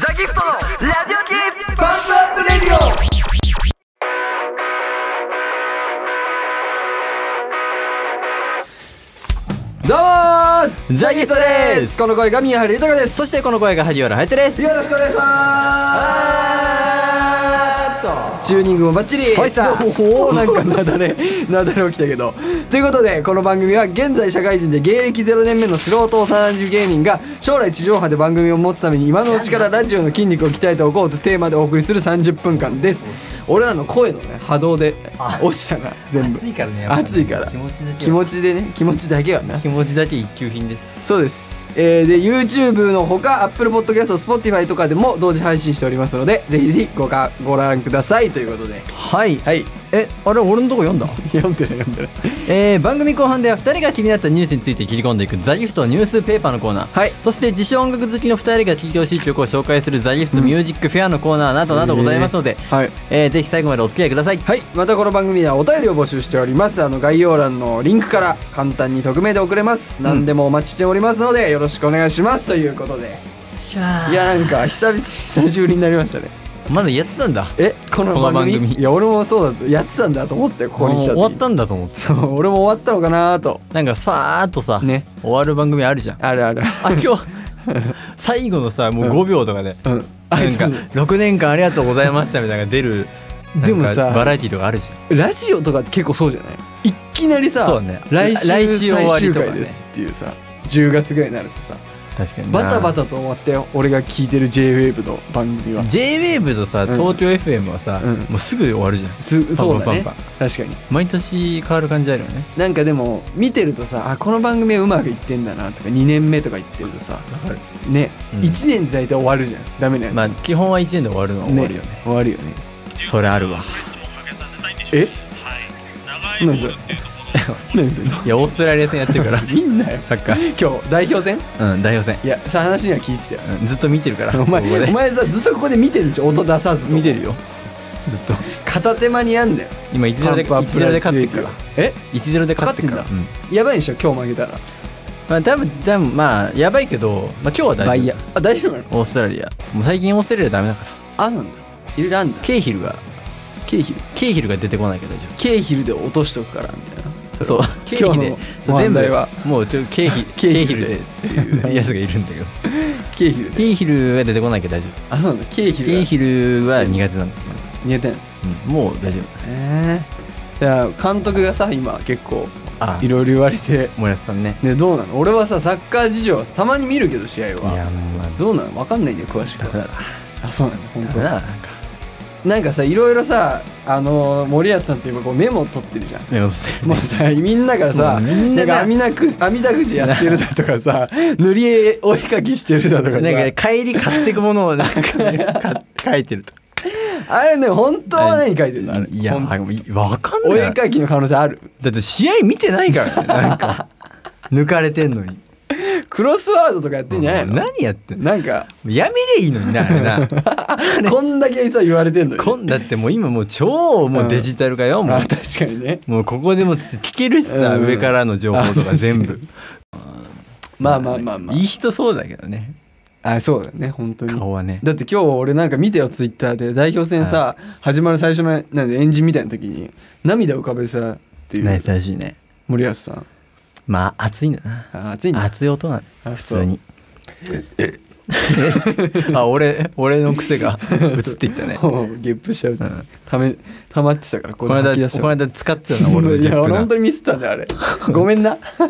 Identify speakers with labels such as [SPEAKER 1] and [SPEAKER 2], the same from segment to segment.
[SPEAKER 1] ザギフトのラジオキーバンドレディオ
[SPEAKER 2] どうもーザギットですこの声が宮原豊ですそしてこの声が萩原隼人です
[SPEAKER 1] よろしくお願いしま
[SPEAKER 2] チューニングもバッチリ
[SPEAKER 1] ほいさ
[SPEAKER 2] おおなんかなだれなだれ起きたけどということでこの番組は現在社会人で芸歴0年目の素人30芸人が将来地上波で番組を持つために今のうちからラジオの筋肉を鍛えておこうとテーマでお送りする30分間です俺らの声のね波動で落ちたな全部
[SPEAKER 1] 暑いからねやっぱね
[SPEAKER 2] 暑いから
[SPEAKER 1] 気持ちだけは
[SPEAKER 2] 気持ちでね気持ちだけはな
[SPEAKER 1] す気持ちだけ一級品です
[SPEAKER 2] そうです、えーで YouTube のほか Apple Podcast、Spotify とかでも同時配信しておりますのでぜひぜひごかご覧くださいということで
[SPEAKER 3] はい、
[SPEAKER 2] はい
[SPEAKER 3] えあれ俺のとこ読 んだ
[SPEAKER 2] 読んでない読んでない
[SPEAKER 3] えー、番組後半では2人が気になったニュースについて切り込んでいく「ザ・ギフトニュースペーパー」のコーナー、
[SPEAKER 2] はい
[SPEAKER 3] そして自称音楽好きの2人が聴いてほしい曲を紹介する「ザ・ギフトミュージックフェア」のコーナーなどなどございますので、
[SPEAKER 2] はい
[SPEAKER 3] えーぜひ最後までお付き合いください
[SPEAKER 2] はいまたこの番組ではお便りを募集しておりますあの概要欄のリンクから簡単に匿名で送れます、何でもお待ちしておりますのでよろしくお願いしますということでいやなんか久々久しぶりになりましたね
[SPEAKER 3] まだやってたんだ
[SPEAKER 2] えこの
[SPEAKER 3] この
[SPEAKER 2] 番組
[SPEAKER 3] 番組
[SPEAKER 2] いや俺もそうだとやってたんだと思ってここに来た
[SPEAKER 3] もう終わったんだと思って
[SPEAKER 2] たそう俺も終わったのかなと
[SPEAKER 3] なんかさーっとさ、
[SPEAKER 2] ね
[SPEAKER 3] 終わる番組あるじゃん
[SPEAKER 2] あるある
[SPEAKER 3] あ今日 最後のさもう5秒とかで、
[SPEAKER 2] うんあ
[SPEAKER 3] なん
[SPEAKER 2] そ
[SPEAKER 3] か
[SPEAKER 2] うそう
[SPEAKER 3] 6年間ありがとうございましたみたいなのが出るなん
[SPEAKER 2] でも
[SPEAKER 3] か
[SPEAKER 2] さ
[SPEAKER 3] バラエティとかあるじゃん
[SPEAKER 2] ラジオとかって結構そうじゃないいきなりさ
[SPEAKER 3] そうね
[SPEAKER 2] 来週
[SPEAKER 3] 来週終わ
[SPEAKER 2] 最
[SPEAKER 3] り
[SPEAKER 2] 終
[SPEAKER 3] とかね
[SPEAKER 2] 回ですっていうさ10月ぐらいになるとさ
[SPEAKER 3] 確かにな
[SPEAKER 2] バタバタと終わったよ俺が聞いてる JWAVE の番組は
[SPEAKER 3] JWAVE とさ
[SPEAKER 2] ん
[SPEAKER 3] 東京 FM はさ、
[SPEAKER 2] うん
[SPEAKER 3] もうすぐ終わるじゃん
[SPEAKER 2] すそうだね
[SPEAKER 3] パンパンパ
[SPEAKER 2] 確かに
[SPEAKER 3] 毎年変わる感じあるよね
[SPEAKER 2] なんかでも見てるとさあこの番組はうまくいってんだなとか2年目とか言ってるとさ
[SPEAKER 3] わかる
[SPEAKER 2] ね、
[SPEAKER 3] うん
[SPEAKER 2] 一1年で大体終わるじゃんダメなやつ、
[SPEAKER 3] まあ基本は1年で終わるのは終わるよね
[SPEAKER 2] 終わるよね
[SPEAKER 3] それあるわ
[SPEAKER 2] え
[SPEAKER 4] はい。
[SPEAKER 2] 何それ何それ
[SPEAKER 3] いやオーストラリア戦やってるから
[SPEAKER 2] みんなよ
[SPEAKER 3] サッカー
[SPEAKER 2] 今日代表戦
[SPEAKER 3] うん代表戦、
[SPEAKER 2] いやさ話には聞いてたよ
[SPEAKER 3] うん、ずっと見てるから
[SPEAKER 2] お
[SPEAKER 3] ここ
[SPEAKER 2] 前
[SPEAKER 3] で
[SPEAKER 2] お前さずっとここで見てんじゃん音出さずと
[SPEAKER 3] 見てるよずっと
[SPEAKER 2] 片手間にやんだよ
[SPEAKER 3] 今1ゼロで
[SPEAKER 2] パンプアップ
[SPEAKER 3] 1-0で勝ってるから
[SPEAKER 2] え
[SPEAKER 3] 1ゼロで勝ってるから
[SPEAKER 2] 勝ってんやばいでしょ今日負けたら
[SPEAKER 3] うんまあ多分多分まあやばいけど、まあ、今日は
[SPEAKER 2] バ
[SPEAKER 3] 大
[SPEAKER 2] イ
[SPEAKER 3] 丈
[SPEAKER 2] ヤあ大丈夫なの
[SPEAKER 3] 夫オーストラリアもう最近オーストラリアダメだから
[SPEAKER 2] あなんだいろいろあんだ
[SPEAKER 3] ケイヒルが
[SPEAKER 2] ケイヒル
[SPEAKER 3] ケイヒルが出てこないけど大丈夫
[SPEAKER 2] ケイヒルで落としとくからみたいな
[SPEAKER 3] そう経
[SPEAKER 2] 今
[SPEAKER 3] 費
[SPEAKER 2] 日
[SPEAKER 3] で
[SPEAKER 2] の問題は
[SPEAKER 3] もうちょ 経費
[SPEAKER 2] 経
[SPEAKER 3] 経
[SPEAKER 2] 費で
[SPEAKER 3] 費でっていうやつがいるんだけど
[SPEAKER 2] ケイヒルで
[SPEAKER 3] 経費は出てこないけど大丈夫
[SPEAKER 2] あそうなんだケイヒル
[SPEAKER 3] 経
[SPEAKER 2] が
[SPEAKER 3] 費は苦手なんだ、
[SPEAKER 2] 苦手なんだ
[SPEAKER 3] うん、もう大丈夫
[SPEAKER 2] ええじゃあ監督がさ今結構
[SPEAKER 3] あ
[SPEAKER 2] いろいろ言われて
[SPEAKER 3] 森保さんね
[SPEAKER 2] ねどうなの俺はさサッカー事情はさたまに見るけど試合
[SPEAKER 3] いや
[SPEAKER 2] は
[SPEAKER 3] もうまあ
[SPEAKER 2] どうなのわかんないんだよ詳しく
[SPEAKER 3] ダメだな
[SPEAKER 2] あそうなんだ本
[SPEAKER 3] ダ
[SPEAKER 2] 当
[SPEAKER 3] メだななんか
[SPEAKER 2] なんかさいろいろさあのー森保さんっていうかこうメモ取ってるじゃん
[SPEAKER 3] 目をつぶって
[SPEAKER 2] もうさみんながさ
[SPEAKER 3] もうみん
[SPEAKER 2] な
[SPEAKER 3] なんが
[SPEAKER 2] か網なく網だくじやってるだとか さ塗り絵お絵かきしてるだとかさ
[SPEAKER 3] なんか帰り買ってくものをなんか ねか書いてると
[SPEAKER 2] あれね本当は何書いてるのあれ
[SPEAKER 3] いや
[SPEAKER 2] ほん
[SPEAKER 3] もういわかん
[SPEAKER 2] お
[SPEAKER 3] な
[SPEAKER 2] 絵
[SPEAKER 3] い
[SPEAKER 2] かきの可能性ある
[SPEAKER 3] だって試合見てないからねな んか抜かれてんのに
[SPEAKER 2] クロスワードとかやってんじゃないの
[SPEAKER 3] 何やってんの
[SPEAKER 2] なんか
[SPEAKER 3] やめりゃいいのになあれ な
[SPEAKER 2] こんだけさ言われてんのに
[SPEAKER 3] こんだってもう今もう超もうデジタル化よ、もう
[SPEAKER 2] あ確かにね
[SPEAKER 3] もうここでも聞けるしさ、
[SPEAKER 2] うん
[SPEAKER 3] 上からの情報とか全部
[SPEAKER 2] まあまあまあまあ
[SPEAKER 3] いい人そうだけどね
[SPEAKER 2] あそうだよね本当に
[SPEAKER 3] 顔はね
[SPEAKER 2] だって今日俺なんか見てよツイッターで代表戦さ始まる最初のなんでエンジンみたいな時に涙浮かべてたってい
[SPEAKER 3] ね
[SPEAKER 2] う
[SPEAKER 3] 優しいね
[SPEAKER 2] 森保さん
[SPEAKER 3] まあ熱いんだな
[SPEAKER 2] あ熱いんだ
[SPEAKER 3] 熱い音なん
[SPEAKER 2] あ
[SPEAKER 3] 普通に あ俺俺の 癖が映っていったねこ
[SPEAKER 2] もうゲップしちゃうって、
[SPEAKER 3] ん
[SPEAKER 2] ため溜まってたからこ
[SPEAKER 3] の間
[SPEAKER 2] 吐き出しちゃう
[SPEAKER 3] この間使ってたな俺の
[SPEAKER 2] い
[SPEAKER 3] ゲ
[SPEAKER 2] や俺
[SPEAKER 3] ッ
[SPEAKER 2] 本当
[SPEAKER 3] プ
[SPEAKER 2] にミスったんだよあれごめんな
[SPEAKER 3] な あ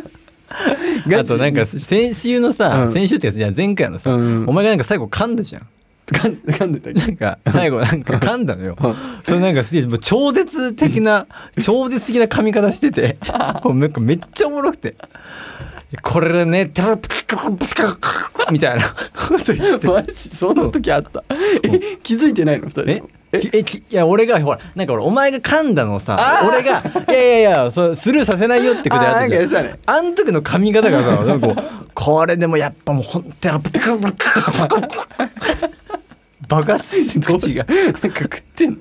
[SPEAKER 3] となんか
[SPEAKER 2] ガチでミスし
[SPEAKER 3] 先週のさ、
[SPEAKER 2] うん
[SPEAKER 3] 先週ってやつじゃん前回のさ、
[SPEAKER 2] うん
[SPEAKER 3] お前がなんか最後噛んだじゃん
[SPEAKER 2] たかん噛んでた っけ
[SPEAKER 3] なんか最後なんか噛んだのよ
[SPEAKER 2] うん。
[SPEAKER 3] それなんかすげえもう超絶的な、超絶的な噛み方してて、もうなんかめっちゃおもろくて。これでね、テラプチカプチカみたいなこと言って。
[SPEAKER 2] マジそんな時あったえ気づいてないの二人と
[SPEAKER 3] え
[SPEAKER 2] も
[SPEAKER 3] きえきいや俺がほらなんか俺お前が噛んだのをさ
[SPEAKER 2] あー
[SPEAKER 3] 俺が「いやいやいやそうスルーさせないよ」ってくだ
[SPEAKER 2] あーなんかやつだね
[SPEAKER 3] あん時の髪型がさなんかこうこれでもやっぱもうほんとやっぱ爆発して
[SPEAKER 2] どうし
[SPEAKER 3] 口
[SPEAKER 2] た
[SPEAKER 3] が
[SPEAKER 2] なんか食ってんの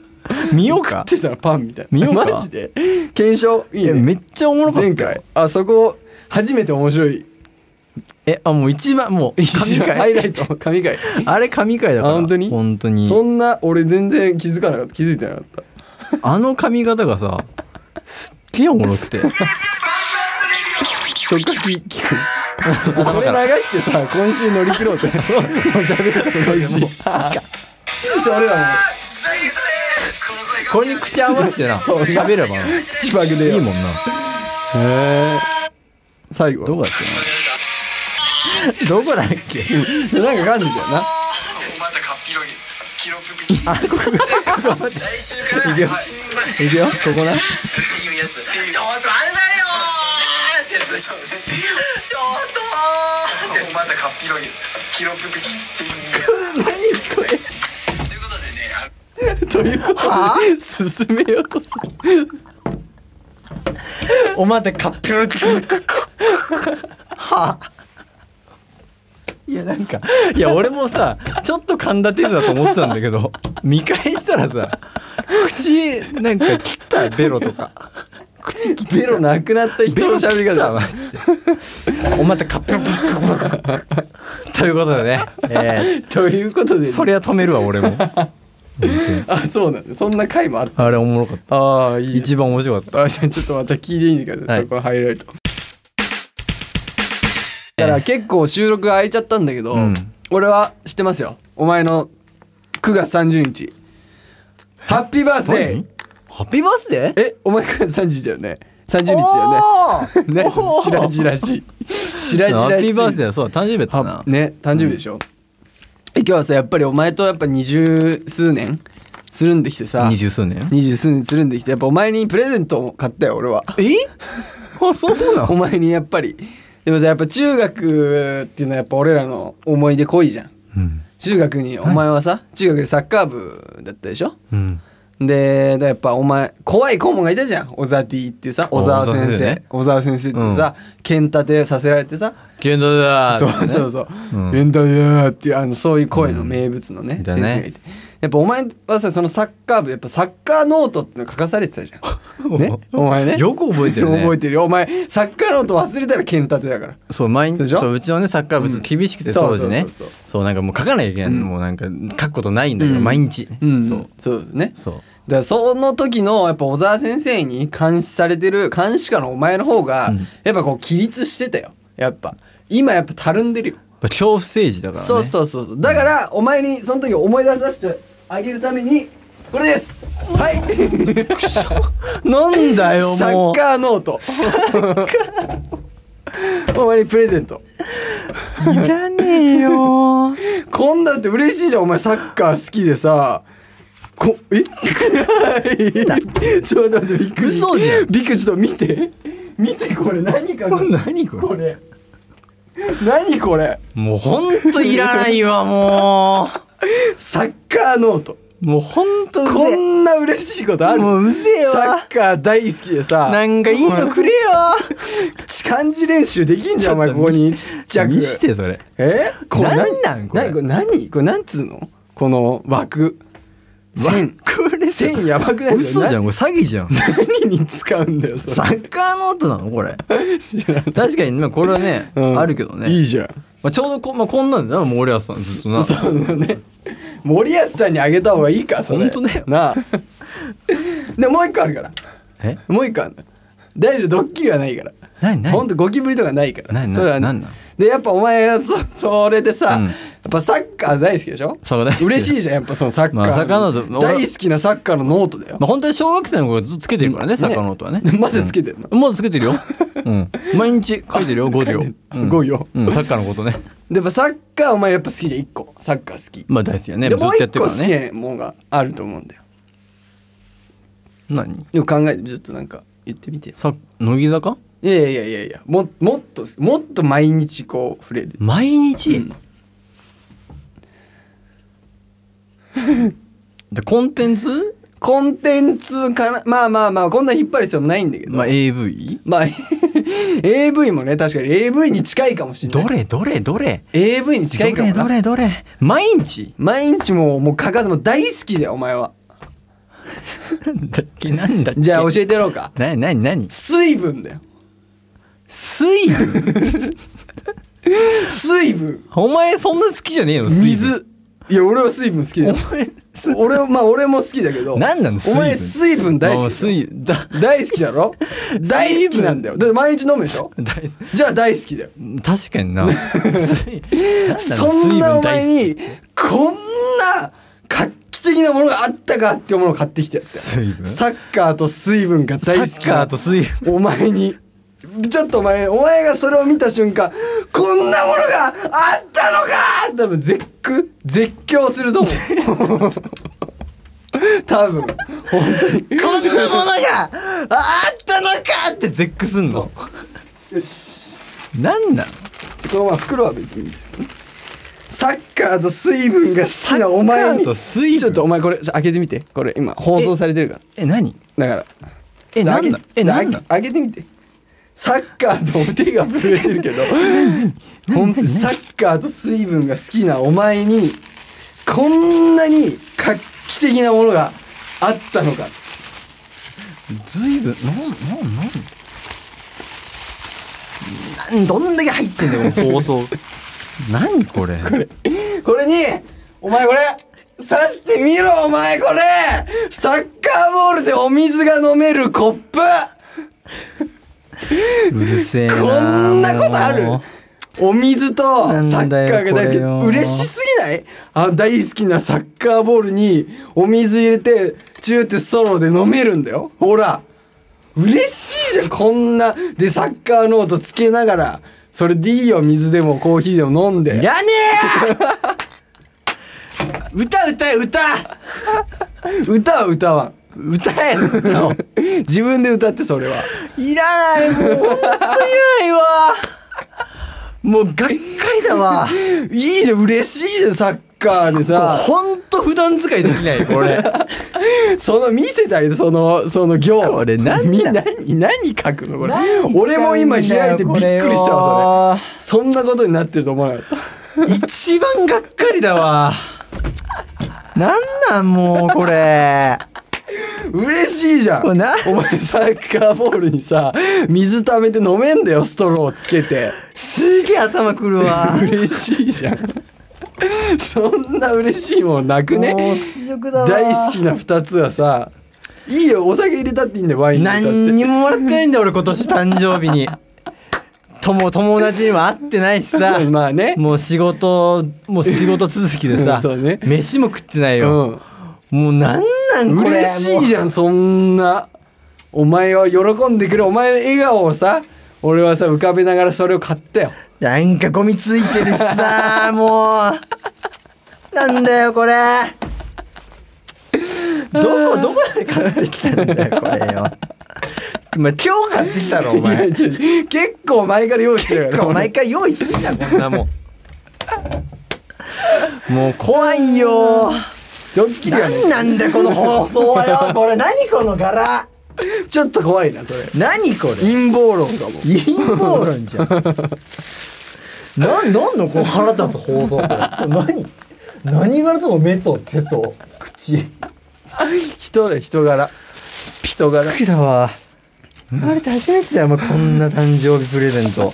[SPEAKER 3] 見よう
[SPEAKER 2] 食
[SPEAKER 3] か
[SPEAKER 2] ってたらパンみたい
[SPEAKER 3] 見
[SPEAKER 2] な
[SPEAKER 3] ようか
[SPEAKER 2] マジで検証いい
[SPEAKER 3] いや
[SPEAKER 2] ね
[SPEAKER 3] めっちゃおもろかった
[SPEAKER 2] 前
[SPEAKER 3] よ
[SPEAKER 2] 回あそこ初めて面白い
[SPEAKER 3] えあもう一番もう
[SPEAKER 2] 一
[SPEAKER 3] 神
[SPEAKER 2] 番
[SPEAKER 3] 回
[SPEAKER 2] ハイライト神回
[SPEAKER 3] あれ神回だから
[SPEAKER 2] あ本当に
[SPEAKER 3] 本当に
[SPEAKER 2] そんな俺全然気づかなかった気づいてなかった
[SPEAKER 3] あの髪型がさすっげえおもろく て
[SPEAKER 2] そっから聞くこれ流してさ今週乗り切 ろうってもう喋ることないしもう俺らも
[SPEAKER 3] これに口合わせてな
[SPEAKER 2] そう
[SPEAKER 3] 喋れば
[SPEAKER 2] 自爆で
[SPEAKER 3] いい
[SPEAKER 2] よ
[SPEAKER 3] もん
[SPEAKER 2] へ
[SPEAKER 3] な
[SPEAKER 2] え 最後
[SPEAKER 3] どこだっけなどこだっけ
[SPEAKER 2] ちょなんか感じだよな
[SPEAKER 1] ちょっとあれだよーっ
[SPEAKER 3] いくよいくよここな
[SPEAKER 1] てやつでしょちょっとーまたカッピロギ記録ピキって何これということでねあ
[SPEAKER 2] ということで進めようこそ
[SPEAKER 3] お前ってカッピロリはいやなんかいや俺もさちょっと噛んだ程度だと思ってたんだけど見返したらさ口なんか切ったベロとか
[SPEAKER 2] ベロなくなった人の喋り
[SPEAKER 3] ベ
[SPEAKER 2] 方
[SPEAKER 3] ロ切ったわマジでお前ってカッピロリということでね、え
[SPEAKER 2] ということで
[SPEAKER 3] ー、それは止めるわ俺も
[SPEAKER 2] あそうなんだそんな回もあった
[SPEAKER 3] あれおもろかった
[SPEAKER 2] ああいいです
[SPEAKER 3] 一番面白かっ
[SPEAKER 2] あじゃあちょっとまた聞いていいですか、
[SPEAKER 3] はい
[SPEAKER 2] そこはハイライトだから結構収録空いちゃったんだけど、
[SPEAKER 3] うん
[SPEAKER 2] 俺は知ってますよお前の9月30日ハッピーバース
[SPEAKER 3] た
[SPEAKER 2] デー
[SPEAKER 3] 何ハッピーバースデー
[SPEAKER 2] えお前9月30日だよね30日だよ
[SPEAKER 3] ね
[SPEAKER 2] ねねしらじらしいしらじらしい
[SPEAKER 3] ハッピーバースデーそうだ誕生日だった
[SPEAKER 2] は
[SPEAKER 3] な、
[SPEAKER 2] ね誕生日でしょ、え今日はさやっぱりお前とやっぱ二十数年つるんできてさ
[SPEAKER 3] 二十数年
[SPEAKER 2] 二十数年つるんできてやっぱお前にプレゼントを買ったよ俺は
[SPEAKER 3] えあそうな
[SPEAKER 2] お前にやっぱりでもさやっぱ中学っていうのはやっぱ俺らの思い出濃いじゃん
[SPEAKER 3] うん、
[SPEAKER 2] 中学にお前はさ中学でサッカー部だったでしょ
[SPEAKER 3] うん、
[SPEAKER 2] でだからやっぱお前怖い顧問がいたじゃん小沢 T っていうさ小沢
[SPEAKER 3] 小沢
[SPEAKER 2] 先
[SPEAKER 3] 先生
[SPEAKER 2] 生
[SPEAKER 3] ね
[SPEAKER 2] 小沢先生ってさ剣立てさせられてさ
[SPEAKER 3] 剣道だ
[SPEAKER 2] そうそうそう「エンタメだ」っていうあのそういう声の
[SPEAKER 3] うん
[SPEAKER 2] 名物のね、
[SPEAKER 3] だ
[SPEAKER 2] 先生
[SPEAKER 3] ね
[SPEAKER 2] がいてやっぱお前はさそのサッカー部やっぱサッカーノートっての書かされて たじゃんね お前ね
[SPEAKER 3] よく覚えてるね
[SPEAKER 2] 覚えてるよお前サッカーノート忘れたら剣立てだから
[SPEAKER 3] そう毎
[SPEAKER 2] そう
[SPEAKER 3] 日
[SPEAKER 2] でしょ
[SPEAKER 3] そううちのねサッカー部ちょっと厳しくて、
[SPEAKER 2] うん
[SPEAKER 3] 当時
[SPEAKER 2] そうそ
[SPEAKER 3] ね
[SPEAKER 2] うそうそ
[SPEAKER 3] そうなんかもう書かなきゃいけない、もうなんか書くことないんだけど、毎日、
[SPEAKER 2] うん
[SPEAKER 3] そう
[SPEAKER 2] そうね
[SPEAKER 3] そう
[SPEAKER 2] だからその時のやっぱ小沢先生に監視されてる監視下のお前の方が、やっぱこう起立してたよやっぱ今やっぱたるんでるよ
[SPEAKER 3] やっぱ恐怖政治だからね
[SPEAKER 2] そうそうそうそうだからお前にその時思い出させてあげるためにこれです はい
[SPEAKER 3] なんだよ
[SPEAKER 2] サッ
[SPEAKER 3] もう
[SPEAKER 2] カーノート お前にプレゼント
[SPEAKER 3] いらねえよ
[SPEAKER 2] こんなんって嬉しいじゃんお前サッカー好きでさこえ ちょっと待ってびっくり
[SPEAKER 3] 嘘じゃん
[SPEAKER 2] びっくりちょっと見て見てこれ何か
[SPEAKER 3] 何
[SPEAKER 2] こ
[SPEAKER 3] これ
[SPEAKER 2] れ何これ
[SPEAKER 3] もうほんといらないわも
[SPEAKER 2] サッカーノート
[SPEAKER 3] うもうほんとう
[SPEAKER 2] こ
[SPEAKER 3] ぜ
[SPEAKER 2] んな嬉しいことある
[SPEAKER 3] もううぜえわ
[SPEAKER 2] サッカー大好きでさ
[SPEAKER 3] えなんかいいのくれ よ
[SPEAKER 2] 漢字練習できんじゃんお前ここにちっちゃく
[SPEAKER 3] 見してそれ
[SPEAKER 2] えこれ
[SPEAKER 3] なんなんこれ
[SPEAKER 2] 何何これなんつうのこの枠線
[SPEAKER 3] これさ
[SPEAKER 2] 線やばくない
[SPEAKER 3] 嘘じゃん
[SPEAKER 2] ん
[SPEAKER 3] これ詐欺じゃん
[SPEAKER 2] 何に使うんだよそれ
[SPEAKER 3] サッカーノートなの これ確かに、まあ、これはね、
[SPEAKER 2] うん
[SPEAKER 3] あるけどね
[SPEAKER 2] いいじゃん
[SPEAKER 3] まあ、ちょうどこ,、まあ、こんなんだな森保さんずっとな
[SPEAKER 2] そうだね森保さんにあげた方がいいかそれ
[SPEAKER 3] ほんとだよ
[SPEAKER 2] なあでもう一個あるから
[SPEAKER 3] え
[SPEAKER 2] もう一個あるの大丈夫ドッキリはないから
[SPEAKER 3] 何何
[SPEAKER 2] ほんとゴキブリとかないから
[SPEAKER 3] 何何
[SPEAKER 2] それは
[SPEAKER 3] 何なん
[SPEAKER 2] でやっぱお前はそそれでさ、
[SPEAKER 3] うん
[SPEAKER 2] やっぱサッカー大好きでしょ
[SPEAKER 3] そう大好き
[SPEAKER 2] 嬉しいじゃんやっぱそのサッカー,、
[SPEAKER 3] まあサッカーノート
[SPEAKER 2] 大好きなサッカーのノートだよ、
[SPEAKER 3] まあ、本当に小学生の頃ずっとつけてるからね、
[SPEAKER 2] ね
[SPEAKER 3] サッカーノートはね
[SPEAKER 2] まだつけてんの
[SPEAKER 3] うんまだつけてる よ、うん、毎日書いてるよ5秒、うん、
[SPEAKER 2] 5秒
[SPEAKER 3] うん、サッカーのことね
[SPEAKER 2] でやっぱサッカーお前やっぱ好きじゃん1個サッカー好き、
[SPEAKER 3] まあ大好きだね
[SPEAKER 2] で
[SPEAKER 3] ずっ
[SPEAKER 2] もう
[SPEAKER 3] とやっ
[SPEAKER 2] 1
[SPEAKER 3] て
[SPEAKER 2] 個
[SPEAKER 3] る
[SPEAKER 2] 好
[SPEAKER 3] から
[SPEAKER 2] き
[SPEAKER 3] ね
[SPEAKER 2] なもんがあると思うんだよ
[SPEAKER 3] 何
[SPEAKER 2] よく考えてちょっとなんか言ってみてよ
[SPEAKER 3] さ乃木坂
[SPEAKER 2] いやいやいやいやももっともっと毎日こう触れる
[SPEAKER 3] 毎日、でコンテンツ、
[SPEAKER 2] コンテンツかなまあまあまあこんな引っ張る必要もないんだけど
[SPEAKER 3] まあ、AV?
[SPEAKER 2] まあ、AV もね、確かに AV に近いかもしれない。
[SPEAKER 3] どれどれどれ
[SPEAKER 2] ?AV に近いかもな。
[SPEAKER 3] どれどれどれ毎日
[SPEAKER 2] 毎日もう、もう欠かず、もう大好きだよ、お前は。
[SPEAKER 3] なんだっけなんだっけ
[SPEAKER 2] じゃあ教えてやろうか。
[SPEAKER 3] なになになに
[SPEAKER 2] 水分だよ。
[SPEAKER 3] 水分
[SPEAKER 2] 水分
[SPEAKER 3] お前そんな好きじゃねえよ
[SPEAKER 2] 水いや俺は水分好きだよ
[SPEAKER 3] お前水
[SPEAKER 2] 俺はまあ俺も好きだけど
[SPEAKER 3] 何なの水
[SPEAKER 2] お
[SPEAKER 3] 分
[SPEAKER 2] 前水分大好
[SPEAKER 3] あ
[SPEAKER 2] きだよ
[SPEAKER 3] 水だ
[SPEAKER 2] 大好きだろ 大好きなんだよだって毎日飲むでしょ
[SPEAKER 3] 大好き
[SPEAKER 2] じゃあ大好きだよ
[SPEAKER 3] 確かにな水
[SPEAKER 2] そんなお前に
[SPEAKER 3] 何
[SPEAKER 2] こんな画期的なものがあったかっていうものを買ってきたやつだよ
[SPEAKER 3] 水分
[SPEAKER 2] サッカーと水分が大
[SPEAKER 3] な
[SPEAKER 2] 好き
[SPEAKER 3] の水分大好きサッカーと水分
[SPEAKER 2] お前にちょっとお前お前がそれを見た瞬間こんなものがあったのか多分絶句絶叫すると思う 多分本当に
[SPEAKER 3] こんなものがあったのかって絶句すんの
[SPEAKER 2] よし
[SPEAKER 3] なんなの
[SPEAKER 2] このまま袋は別にいいですけどねサッカーと水分が好きなお
[SPEAKER 3] サ
[SPEAKER 2] 前
[SPEAKER 3] ッカー
[SPEAKER 2] に
[SPEAKER 3] と水分
[SPEAKER 2] ちょっとお前これちょ開けてみてこれ今放送されてるか
[SPEAKER 3] え何
[SPEAKER 2] らだから
[SPEAKER 3] え
[SPEAKER 2] ちょ
[SPEAKER 3] なんな
[SPEAKER 2] 開け
[SPEAKER 3] えなんな
[SPEAKER 2] 開け開けてみてサッカーとお手が震えてる けど本当にサッカーと水分が好きなお前にこんなに画期的なものがあったのか
[SPEAKER 3] 随分なんなんなんなんどんだけ入ってんだよこの放送 何これこれ
[SPEAKER 2] これにお前これ刺してみろお前これサッカーボールでお水が飲めるコップ
[SPEAKER 3] うるせえな
[SPEAKER 2] こんなことある
[SPEAKER 3] も
[SPEAKER 2] お水とサッカーが大好き
[SPEAKER 3] なんだよこれよ
[SPEAKER 2] 嬉しすぎないあの大好きなサッカーボールにお水入れてチューってストローで飲めるんだよほら嬉しいじゃんこんなでサッカーノートつけながらそれでいいよ水でもコーヒーでも飲ん
[SPEAKER 3] うい
[SPEAKER 2] で
[SPEAKER 3] らね え歌歌え歌
[SPEAKER 2] 歌は歌わん
[SPEAKER 3] 歌え歌を
[SPEAKER 2] 自分で歌ってそれはい
[SPEAKER 3] らないもうほんといらないわもうがっかりだわ
[SPEAKER 2] いいじゃん嬉しいじゃんサッカーでさ
[SPEAKER 3] ほんと普段使いできないこ れ
[SPEAKER 2] その見せてあげてそのその行
[SPEAKER 3] これ何だ
[SPEAKER 2] み何何書くのこれ
[SPEAKER 3] 何書いてんだよ
[SPEAKER 2] 俺も今開いてびっくりしたわそれそんなことになってると思わなかっ
[SPEAKER 3] 一番がっかりだわなんなんもうこれ
[SPEAKER 2] た嬉しいじゃん
[SPEAKER 3] こ
[SPEAKER 2] お
[SPEAKER 3] れな
[SPEAKER 2] 前サッカーボールにさ水溜めて飲めんだよストローつけて
[SPEAKER 3] すげえ頭くるわ
[SPEAKER 2] 嬉しいじゃんそんな嬉しいもんなく
[SPEAKER 3] もう
[SPEAKER 2] ね
[SPEAKER 3] 屈辱だわ
[SPEAKER 2] 大好きな2つはさいいよお酒入れたっていいんだよワイン入れたって
[SPEAKER 3] 何にももらってないんだ俺今年誕生日に友友達にも会ってないしさ
[SPEAKER 2] まあね
[SPEAKER 3] もう仕事もう仕事続きでさ、
[SPEAKER 2] うん そうね
[SPEAKER 3] 飯も食ってないよ、
[SPEAKER 2] ん
[SPEAKER 3] もうなんなんこれ
[SPEAKER 2] 嬉しいじ
[SPEAKER 3] ゃん
[SPEAKER 2] ゃんそんなお前は喜んでくれお前の笑顔をさ俺はさ浮かべながらそれを買った よ
[SPEAKER 3] なんかゴミついてるしさ もうなんだよこれどこどこで買ってきたんだよこ れよま今日買ってきたのお
[SPEAKER 2] い
[SPEAKER 3] 前
[SPEAKER 2] やちょ結構前から用意してるから
[SPEAKER 3] 毎回用意すぎたこんなもんもう怖いよ
[SPEAKER 2] ドッキリやね
[SPEAKER 3] 何なんだよこの放送はよこれ何この柄
[SPEAKER 2] ちょっと怖いなそれ
[SPEAKER 3] 何これ
[SPEAKER 2] 陰謀論かも
[SPEAKER 3] 陰謀論 じゃん。なん、なんのこの腹立つ放送これ何何言われたの目と手と口。びっ
[SPEAKER 2] 人だよ人柄人柄
[SPEAKER 3] くりだわ。生まれて初めてだよ、お前こんな誕生日プレゼント。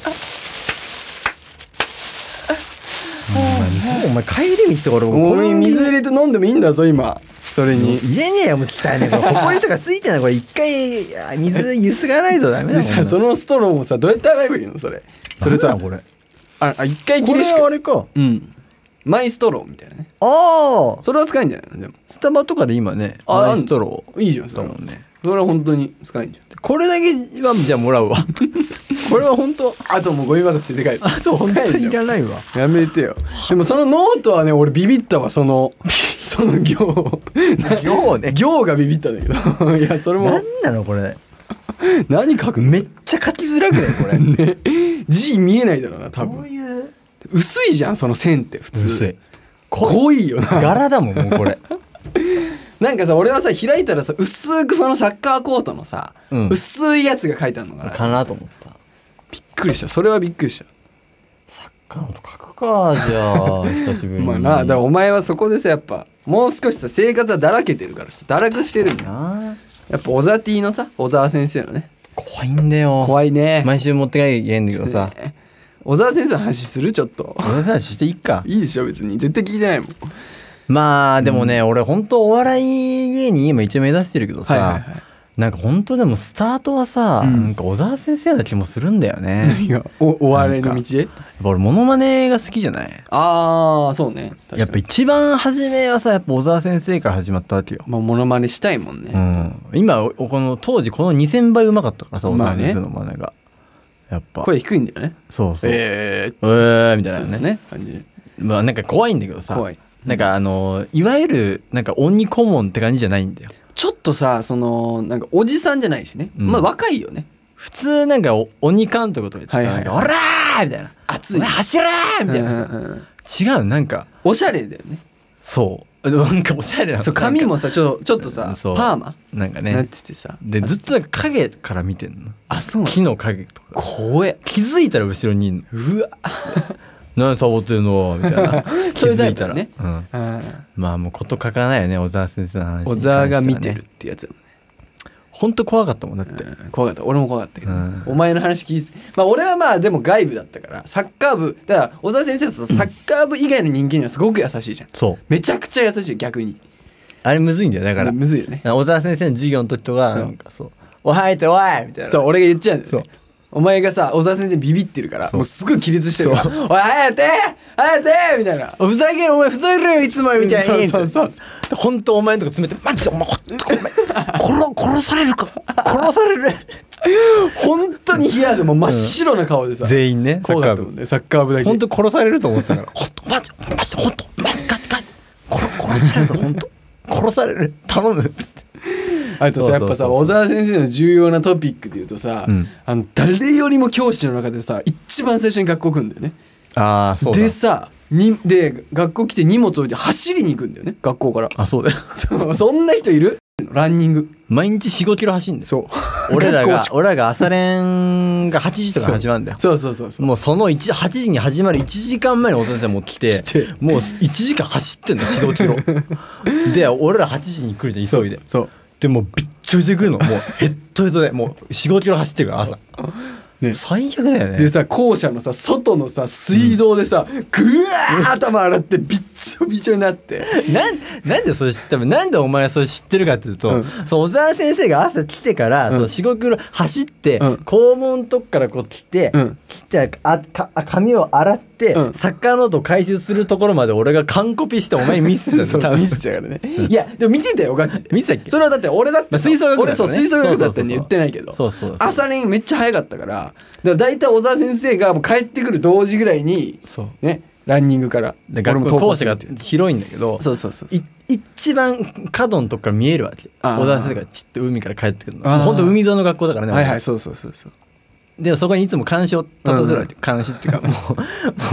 [SPEAKER 3] お前、お前帰り道とか俺
[SPEAKER 2] も
[SPEAKER 3] も
[SPEAKER 2] う水入
[SPEAKER 3] れ
[SPEAKER 2] れて飲んでもいいんだぞ今それに
[SPEAKER 3] 入れねえよ、もう汚いね。こ れ、ほこりとかついてない。これ、一回、あ水ゆすがないとダメだ
[SPEAKER 2] で
[SPEAKER 3] よ。
[SPEAKER 2] さそのストローもさどうやって洗えばいいのそれそれさ
[SPEAKER 3] これ。
[SPEAKER 2] ああ一回
[SPEAKER 3] こ
[SPEAKER 2] 切り
[SPEAKER 3] れ
[SPEAKER 2] し
[SPEAKER 3] は
[SPEAKER 2] か
[SPEAKER 3] あれか。
[SPEAKER 2] うんマイストローみたいなね
[SPEAKER 3] ああ
[SPEAKER 2] それは使えんじゃないのでも
[SPEAKER 3] スタバとかで今ね、
[SPEAKER 2] あ
[SPEAKER 3] マイストロー。
[SPEAKER 2] いいじゃんそ
[SPEAKER 3] だ
[SPEAKER 2] れ
[SPEAKER 3] も
[SPEAKER 2] は
[SPEAKER 3] んね。
[SPEAKER 2] それは本当に使えんじゃん
[SPEAKER 3] これだけはじゃあもらうわ。 これは本当。
[SPEAKER 2] あともうゴミ箱捨てて帰る
[SPEAKER 3] あと本当にいらないわ。
[SPEAKER 2] やめてよでもそのノートはね俺ビビったわそ のその行
[SPEAKER 3] 今日ね。
[SPEAKER 2] 行がビビったんだけど いやそれ
[SPEAKER 3] な
[SPEAKER 2] も
[SPEAKER 3] んなのこれ。
[SPEAKER 2] 何書くの
[SPEAKER 3] めっちゃ書きづらくないこれ。
[SPEAKER 2] 字見えないだろうな多
[SPEAKER 3] こう
[SPEAKER 2] 分
[SPEAKER 3] いう
[SPEAKER 2] 薄いじゃんその線って普通
[SPEAKER 3] 薄い。
[SPEAKER 2] 濃いよな
[SPEAKER 3] 柄だもんもうこれ。
[SPEAKER 2] なんかさ俺はさ開いたらさ薄くそのサッカーコートのさ、
[SPEAKER 3] うん
[SPEAKER 2] 薄いやつが書いてあるのかな
[SPEAKER 3] かなと思 った。
[SPEAKER 2] びっくりしたそれはびっくりした
[SPEAKER 3] か書くかじゃあ久しぶりに。
[SPEAKER 2] まあなだからお前はそこでさやっぱもう少しさ生活はだらけてるからさ堕落してるんだよ
[SPEAKER 3] なあ
[SPEAKER 2] やっぱ小沢 T のさ小沢先生のね
[SPEAKER 3] 怖いんだよ。
[SPEAKER 2] 怖いね
[SPEAKER 3] 毎週持って帰ってんだけどさ。
[SPEAKER 2] 小沢先生の話するちょっと
[SPEAKER 3] この話していいか
[SPEAKER 2] いいでしょ別に絶対聞いてないもん
[SPEAKER 3] まあでもね、俺本当お笑い芸人今一応目指してるけどさ、
[SPEAKER 2] はいはいはい
[SPEAKER 3] なんか本当でもスタートはさ、
[SPEAKER 2] うん
[SPEAKER 3] なんか小沢先生な気もするんだよね。
[SPEAKER 2] 何
[SPEAKER 3] やっ
[SPEAKER 2] がおお笑いの道へ
[SPEAKER 3] ぱ俺モノマネが好きじゃない
[SPEAKER 2] ああそうね確かに
[SPEAKER 3] やっぱ一番初めはさやっぱ小沢先生から始まったわけよ。
[SPEAKER 2] まあモノマネしたいもんね、
[SPEAKER 3] うん、今おこの当時この2,000倍うまかったからさ小
[SPEAKER 2] まあ
[SPEAKER 3] 沢
[SPEAKER 2] ね
[SPEAKER 3] 先生の真似が。やっぱ
[SPEAKER 2] 声低いんだよね
[SPEAKER 3] そうそう。え
[SPEAKER 2] え
[SPEAKER 3] えー、みたい
[SPEAKER 2] そう
[SPEAKER 3] な
[SPEAKER 2] だ
[SPEAKER 3] ね。
[SPEAKER 2] ね感じで
[SPEAKER 3] まあなんか怖いんだけどさ。
[SPEAKER 2] 怖い
[SPEAKER 3] なんかあのいわゆるなんか鬼顧問って感じじゃないんだよ。
[SPEAKER 2] ちょっとさそのなんかおじさんじゃないしね、
[SPEAKER 3] うん
[SPEAKER 2] まあ若いよね
[SPEAKER 3] 普通なんかお鬼監督とか言ってさ、
[SPEAKER 2] はいはいはい
[SPEAKER 3] なんかオラーみたいな。
[SPEAKER 2] 熱い
[SPEAKER 3] お前走れーみたいな。
[SPEAKER 2] うんうんうん
[SPEAKER 3] 違うなんか
[SPEAKER 2] おしゃれだよね
[SPEAKER 3] そうなんかおしゃれな
[SPEAKER 2] そう髪もさちょちょっとさ
[SPEAKER 3] そう
[SPEAKER 2] パーマ、
[SPEAKER 3] なんか
[SPEAKER 2] なん
[SPEAKER 3] ね
[SPEAKER 2] つってさ
[SPEAKER 3] でずっとなんか影から見てんの
[SPEAKER 2] あそうなの
[SPEAKER 3] 木の影とか
[SPEAKER 2] 怖え
[SPEAKER 3] 気づいたら後ろにいんのうわ 何サボってんのみたいな 気
[SPEAKER 2] そういうタ
[SPEAKER 3] づ
[SPEAKER 2] イ
[SPEAKER 3] い
[SPEAKER 2] プだ
[SPEAKER 3] たら
[SPEAKER 2] ね
[SPEAKER 3] うん
[SPEAKER 2] うん
[SPEAKER 3] まあもうこと書かないよね小沢先生の話
[SPEAKER 2] 小沢が見てるってやつだもんね
[SPEAKER 3] 本当怖かったもんだって、
[SPEAKER 2] うん怖かった俺も怖かったけど、
[SPEAKER 3] うん
[SPEAKER 2] お前の話聞いてまあ俺はまあでも外部だったからサッカー部だから小沢先生はさサッカー部以外の人間にはすごく優しいじゃん
[SPEAKER 3] そう
[SPEAKER 2] めちゃくちゃ優しい逆に
[SPEAKER 3] あれむずいんだよだから
[SPEAKER 2] むずいよね
[SPEAKER 3] 小沢先生の授業の時とかなんかそう「おはい」って「おい」みたいな
[SPEAKER 2] そう俺が言っちゃうんだよ、ね
[SPEAKER 3] そ、
[SPEAKER 2] お前がさ小沢先生ビビってるから
[SPEAKER 3] そう
[SPEAKER 2] もうすごい起立してるから
[SPEAKER 3] そ
[SPEAKER 2] 「おい早て早て!」みたいな
[SPEAKER 3] おふざけんお前ふざけるよいつもみたいに
[SPEAKER 2] そうそう
[SPEAKER 3] で本当お前のとこ詰めてマジでお前ほん とごめん殺殺されるか殺される
[SPEAKER 2] 本当に冷や汗もう真っ白な顔でさ、
[SPEAKER 3] 全員ね
[SPEAKER 2] こ
[SPEAKER 3] サッ
[SPEAKER 2] う
[SPEAKER 3] カ
[SPEAKER 2] だっ
[SPEAKER 3] ー
[SPEAKER 2] たもん
[SPEAKER 3] 部
[SPEAKER 2] ねサッカー部だけ
[SPEAKER 3] 本当殺されると思ってたからほんとマジお前マジでほんとマジガチガチ殺殺される本当殺される頼むっつって
[SPEAKER 2] あとさやっぱ
[SPEAKER 3] そ
[SPEAKER 2] さ
[SPEAKER 3] うそ
[SPEAKER 2] 小
[SPEAKER 3] うそうそう
[SPEAKER 2] 沢先生の重要なトピックで言うとさ、
[SPEAKER 3] うん
[SPEAKER 2] あの誰よりも教師の中でさ一番最初に学校来るんだよね
[SPEAKER 3] ああそ
[SPEAKER 2] でさにで学校来て荷物置いて走りに行くんだよね学校から
[SPEAKER 3] あそうだよ
[SPEAKER 2] そうそんな人いるランニング
[SPEAKER 3] 毎日4 5キロ走んだよ
[SPEAKER 2] そう
[SPEAKER 3] 俺ら
[SPEAKER 2] 学
[SPEAKER 3] が
[SPEAKER 2] 校し
[SPEAKER 3] 俺らが朝練が8時とかに始まるんだよ
[SPEAKER 2] そうそうそうそう
[SPEAKER 3] もうその1 8時に始まる1時間前に大谷さんもう来て
[SPEAKER 2] 来て
[SPEAKER 3] もう1時間走ってんの4 5キ ロで俺ら8時に来るじゃん急いで
[SPEAKER 2] そう
[SPEAKER 3] でもうびっちょびちょに来るのもうヘッドヘッドでもう4 5キロ走ってるから朝、
[SPEAKER 2] ね
[SPEAKER 3] 最悪だよね
[SPEAKER 2] でさ校舎のさ外のさ水道でさ、ぐわー頭洗ってびっちょびちょになって
[SPEAKER 3] なんなんでそれ知ってなんでお前はそれ知ってるかっていうと、
[SPEAKER 2] うん
[SPEAKER 3] そう小沢先生が朝来てから、
[SPEAKER 2] うん
[SPEAKER 3] その45キロ走って、
[SPEAKER 2] うん
[SPEAKER 3] 校門のとこからこう来て、
[SPEAKER 2] うん
[SPEAKER 3] 来てあかあ髪を洗って、
[SPEAKER 2] うん
[SPEAKER 3] サッカーノートを回収するところまで俺が完コピしてお前に見せてたんだ
[SPEAKER 2] そ
[SPEAKER 3] よ多
[SPEAKER 2] う
[SPEAKER 3] 分
[SPEAKER 2] 見てたからねいやでも見てたよガチで
[SPEAKER 3] 見てたっけ
[SPEAKER 2] それはだって俺だって
[SPEAKER 3] まあ吹奏楽部
[SPEAKER 2] 俺
[SPEAKER 3] だか
[SPEAKER 2] そう
[SPEAKER 3] らね
[SPEAKER 2] 吹奏楽部だったんで言ってないけど
[SPEAKER 3] そうそうそうそう
[SPEAKER 2] 朝練めっちゃ早かったからだから大体小沢先生がもう帰ってくる同時ぐらいに
[SPEAKER 3] そう
[SPEAKER 2] ねランニングから
[SPEAKER 3] で学校
[SPEAKER 2] 投稿
[SPEAKER 3] 校
[SPEAKER 2] す
[SPEAKER 3] 舎
[SPEAKER 2] る
[SPEAKER 3] が
[SPEAKER 2] っていう
[SPEAKER 3] 広いんだけど
[SPEAKER 2] そうそうそう
[SPEAKER 3] い一番角のとこから見えるわけ
[SPEAKER 2] あー
[SPEAKER 3] 小田先生がちっと海から帰ってくるの
[SPEAKER 2] あー
[SPEAKER 3] 本当海沿いの学校だからね、
[SPEAKER 2] はいはいそうそうそうそう
[SPEAKER 3] でもそこにいつも監視を立たせられて、監視っていうかもうも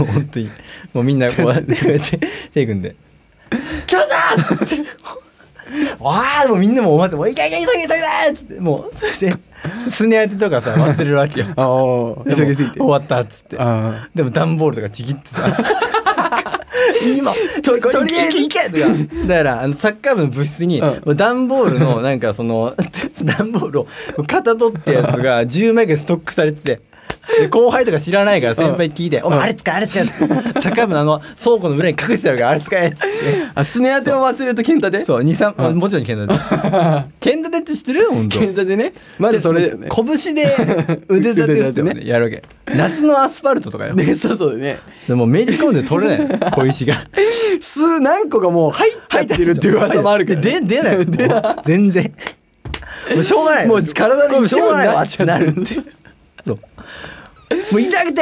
[SPEAKER 3] う本当にもうみんなこうやってこうやって手組んで「来ました!」って「わあ!」もうみんなもお待ち「もういけいけ急げ急げ!」っつってもうそれでスネ当てとかさ忘れるわけよ
[SPEAKER 2] ああ
[SPEAKER 3] でも
[SPEAKER 2] 急ぎすぎて
[SPEAKER 3] 終わったっつって
[SPEAKER 2] あ
[SPEAKER 3] でも段ボールとかちぎってさ今
[SPEAKER 2] ととりあえず
[SPEAKER 3] 行けとかだからあのサッカー部の部室に
[SPEAKER 2] うん
[SPEAKER 3] もう段ボールのなんかその 段ボールをかたどったやつが10枚ぐらいストックされてて。で後輩とか知らないから先輩に聞いて「お前あれ使えあれ使え」サッカー部のあの倉庫の裏に隠してあるからあれ使えっつって
[SPEAKER 2] あスネ当てを忘れると健太で
[SPEAKER 3] そう23、あもちろん剣 立て剣立てって知ってる本当
[SPEAKER 2] 健太でねまずそれだよね
[SPEAKER 3] 拳で腕立てです
[SPEAKER 2] 腕立
[SPEAKER 3] よ
[SPEAKER 2] て
[SPEAKER 3] ねやるわけ夏のアスファルトとかよ
[SPEAKER 2] で外でね
[SPEAKER 3] でもめり込んで取れない小石が。
[SPEAKER 2] 数何個がもう入っちゃってるっていう噂もあるけど
[SPEAKER 3] で出ない。もう全然。もうしょうがない。
[SPEAKER 2] もう体の
[SPEAKER 3] もうし
[SPEAKER 2] 一
[SPEAKER 3] ょう
[SPEAKER 2] 部に
[SPEAKER 3] がない
[SPEAKER 2] な
[SPEAKER 3] わ
[SPEAKER 2] っ
[SPEAKER 3] っ
[SPEAKER 2] ちゃっ
[SPEAKER 3] て
[SPEAKER 2] て
[SPEAKER 3] な
[SPEAKER 2] る
[SPEAKER 3] るんで。そうもう痛くて、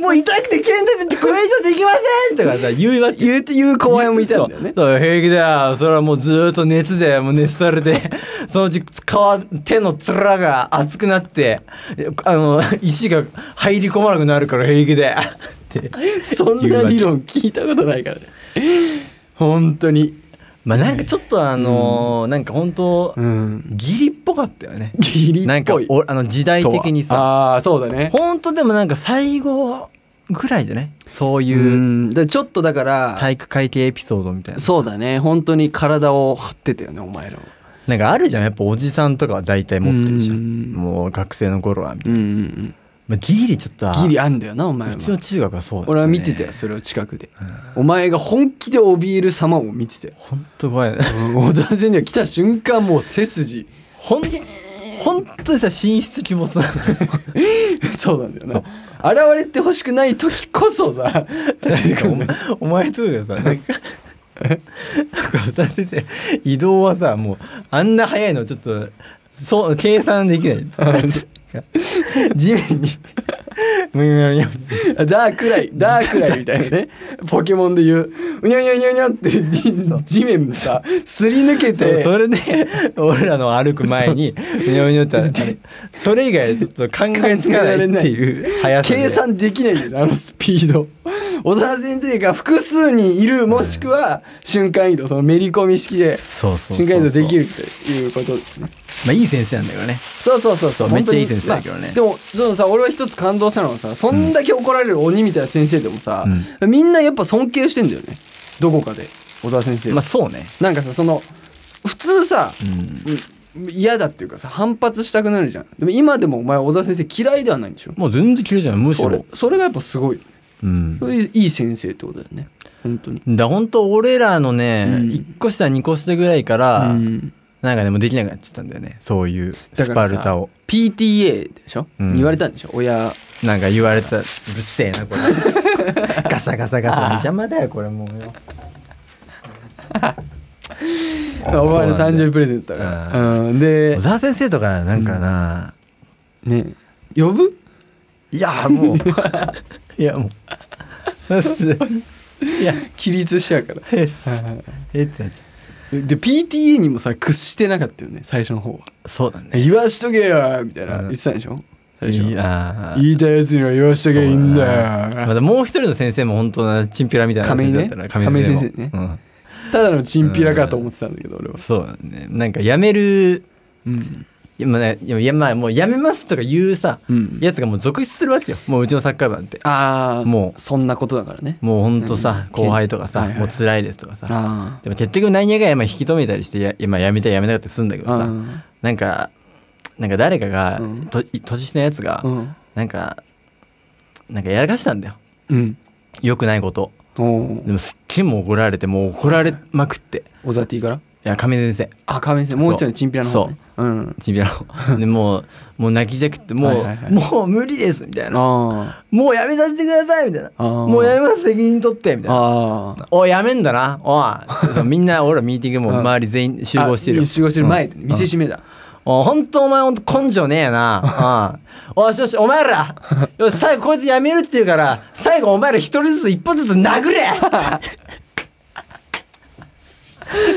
[SPEAKER 3] もう痛くて、剣立ててこれ以上できませんとかさ、言うわけ。
[SPEAKER 2] 言うて言う後輩もいたんだよね
[SPEAKER 3] そうそう平気だよそれはもうずーっと熱でもう熱されて そのうち皮手の面が熱くなってあの石が入り込まなくなるから平気でって
[SPEAKER 2] そんな理論聞いたことないからね。本当に。
[SPEAKER 3] まあなんかちょっとあのーなんか本当、
[SPEAKER 2] ん。
[SPEAKER 3] ギリっぽかったよね。
[SPEAKER 2] ギリ
[SPEAKER 3] な
[SPEAKER 2] っ
[SPEAKER 3] んか
[SPEAKER 2] ぽい。
[SPEAKER 3] おあの時代的にさ、
[SPEAKER 2] ああー、そうだね。
[SPEAKER 3] 本当でもなんか最後ぐらいじゃない？そう
[SPEAKER 2] う。
[SPEAKER 3] いうん
[SPEAKER 2] でちょっとだから、
[SPEAKER 3] 体育会系エピソードみたいな。
[SPEAKER 2] そうだね。本当に体を張ってたよね、お前らは。
[SPEAKER 3] なんかあるじゃん。やっぱおじさんとかは大体持ってるじゃ
[SPEAKER 2] うん
[SPEAKER 3] ん。もう学生の頃はみた
[SPEAKER 2] う
[SPEAKER 3] い
[SPEAKER 2] んうんうん。
[SPEAKER 3] まあ、ギリちょっと
[SPEAKER 2] ギリあんだよなお前は
[SPEAKER 3] うちの中学はそうだった、ね、
[SPEAKER 2] 俺は見てたよそれを近くで、お前が本気で怯える様を見てたよ
[SPEAKER 3] 本当怖いね
[SPEAKER 2] 小沢戦には来た瞬間もう背筋
[SPEAKER 3] ほん 本当にさ寝室鬼没な
[SPEAKER 2] そうなんだよな現れてほしくない時こそさ出てくるんだ
[SPEAKER 3] の
[SPEAKER 2] よ
[SPEAKER 3] お前とかさなんかなんかさ先生移動はさもうあんな早いのちょっとそう計算できない地面にむにゃむにゃむに ゃ
[SPEAKER 2] ダーク ライダークライみたいなねポケモンで言ううにゃうにゃうにゃうにゃって地地面さすり抜け
[SPEAKER 3] そう
[SPEAKER 2] て
[SPEAKER 3] それで俺らの歩く前にうにょうにょってあのそれ以外ちょっと考えつかないっていう速さで
[SPEAKER 2] 計算できないんだよあのスピード小沢先生が複数人いるもしくは瞬間移動そのめり込み式で
[SPEAKER 3] そうそうそ
[SPEAKER 2] 瞬
[SPEAKER 3] う
[SPEAKER 2] 間移動できるっていうことですね
[SPEAKER 3] まあいい先生なんだけどね
[SPEAKER 2] そうそうそうそう
[SPEAKER 3] そうめっちゃいい
[SPEAKER 2] 本当に
[SPEAKER 3] 先生だけどね
[SPEAKER 2] まあでもそのさ俺は一つ感動したのはさそんだけ怒られる鬼みたいな先生でもさ、みんなやっぱ尊敬してんだよねどこかで小沢先生を
[SPEAKER 3] まあそうね
[SPEAKER 2] なんかさその普通さうん嫌、だっていうかさ反発したくなるじゃんでも今でもお前小沢先生嫌いではないんでしょ
[SPEAKER 3] もう全然嫌いじゃないむし
[SPEAKER 2] それ
[SPEAKER 3] ろ
[SPEAKER 2] それがやっぱすごい
[SPEAKER 3] うん
[SPEAKER 2] それいい先生ってことだよね本当に
[SPEAKER 3] だ本当俺らのね、
[SPEAKER 2] うん
[SPEAKER 3] 一1個下2個下ぐらいから、
[SPEAKER 2] うん
[SPEAKER 3] なんかねもうできなくなっちゃったんだよねそういう
[SPEAKER 2] だ
[SPEAKER 3] ス
[SPEAKER 2] から
[SPEAKER 3] パ
[SPEAKER 2] さ
[SPEAKER 3] ルタを
[SPEAKER 2] PTA でしょ、
[SPEAKER 3] うん
[SPEAKER 2] 言われたんでしょ親
[SPEAKER 3] なんか言われたうるせえな これガサガサガサ邪魔だよこれもうよ
[SPEAKER 2] お前の誕生日プレゼントだからうん、で
[SPEAKER 3] 小沢先生とかなんかな、
[SPEAKER 2] ね呼ぶ
[SPEAKER 3] い やもういやもうマジでいや
[SPEAKER 2] 起立しちゃうから
[SPEAKER 3] えっすえってなっちゃ
[SPEAKER 2] でで PTA にもさ屈してなかったよね最初の方は
[SPEAKER 3] うそうだね
[SPEAKER 2] 言わしとけよみたいな
[SPEAKER 3] うん
[SPEAKER 2] 言ってたんでしょ最初
[SPEAKER 3] いや
[SPEAKER 2] 言いたいやつには言わしとけばいいんだよ
[SPEAKER 3] まだもう一人の先生も本当なチンピラみたいな
[SPEAKER 2] 亀井
[SPEAKER 3] 先生だ
[SPEAKER 2] ね
[SPEAKER 3] ったら
[SPEAKER 2] 亀井
[SPEAKER 3] も
[SPEAKER 2] 先生ね
[SPEAKER 3] うん
[SPEAKER 2] ただのチンピラかと思ってたんだけど俺は
[SPEAKER 3] そうだねなんか辞める
[SPEAKER 2] うん
[SPEAKER 3] いやまあねいやいやまあもう辞めますとか言うさ、
[SPEAKER 2] うん
[SPEAKER 3] やつがもう続出するわけよもううちのサッカー部なんて
[SPEAKER 2] ああ
[SPEAKER 3] もう
[SPEAKER 2] そんなことだからね
[SPEAKER 3] もうほんとさ
[SPEAKER 2] うん
[SPEAKER 3] 後輩とかさ、
[SPEAKER 2] はいはい
[SPEAKER 3] もう辛いですとかさ
[SPEAKER 2] あ
[SPEAKER 3] でも結局何やかんやまあ引き止めたりしてや今辞めたい辞めなかったりするんだけど
[SPEAKER 2] あ
[SPEAKER 3] さ、
[SPEAKER 2] あ
[SPEAKER 3] なんかなんか誰かが、
[SPEAKER 2] うん
[SPEAKER 3] と年下のやつが、
[SPEAKER 2] あうん
[SPEAKER 3] なんかなんかやらかしたんだよ
[SPEAKER 2] うん
[SPEAKER 3] よくないこと
[SPEAKER 2] お
[SPEAKER 3] でもすっげえもう怒られてもう怒られまくって
[SPEAKER 2] おザティから
[SPEAKER 3] いや亀井先生
[SPEAKER 2] あ亀井先生もう一人のチンピラの方ねうん
[SPEAKER 3] ちびらをでもうもう泣きじゃくってもう、
[SPEAKER 2] はいはいはい
[SPEAKER 3] もう無理ですみたいな
[SPEAKER 2] あ
[SPEAKER 3] もうやめさせてくださいみたいな
[SPEAKER 2] あー
[SPEAKER 3] もうやめます責任取って
[SPEAKER 2] あ
[SPEAKER 3] みたいな
[SPEAKER 2] ああ
[SPEAKER 3] おいやめんだなおいそうみんな俺らミーティン グも
[SPEAKER 2] うん
[SPEAKER 3] 周り全員集合してるよ
[SPEAKER 2] あ集合してる前で
[SPEAKER 3] うん
[SPEAKER 2] 見せしめだ
[SPEAKER 3] おいほんとお前ほんと根性ねえなうんおいよしお前らよし最後こいつやめるって言うから最後お前ら一人ずつ一歩ずつ殴れ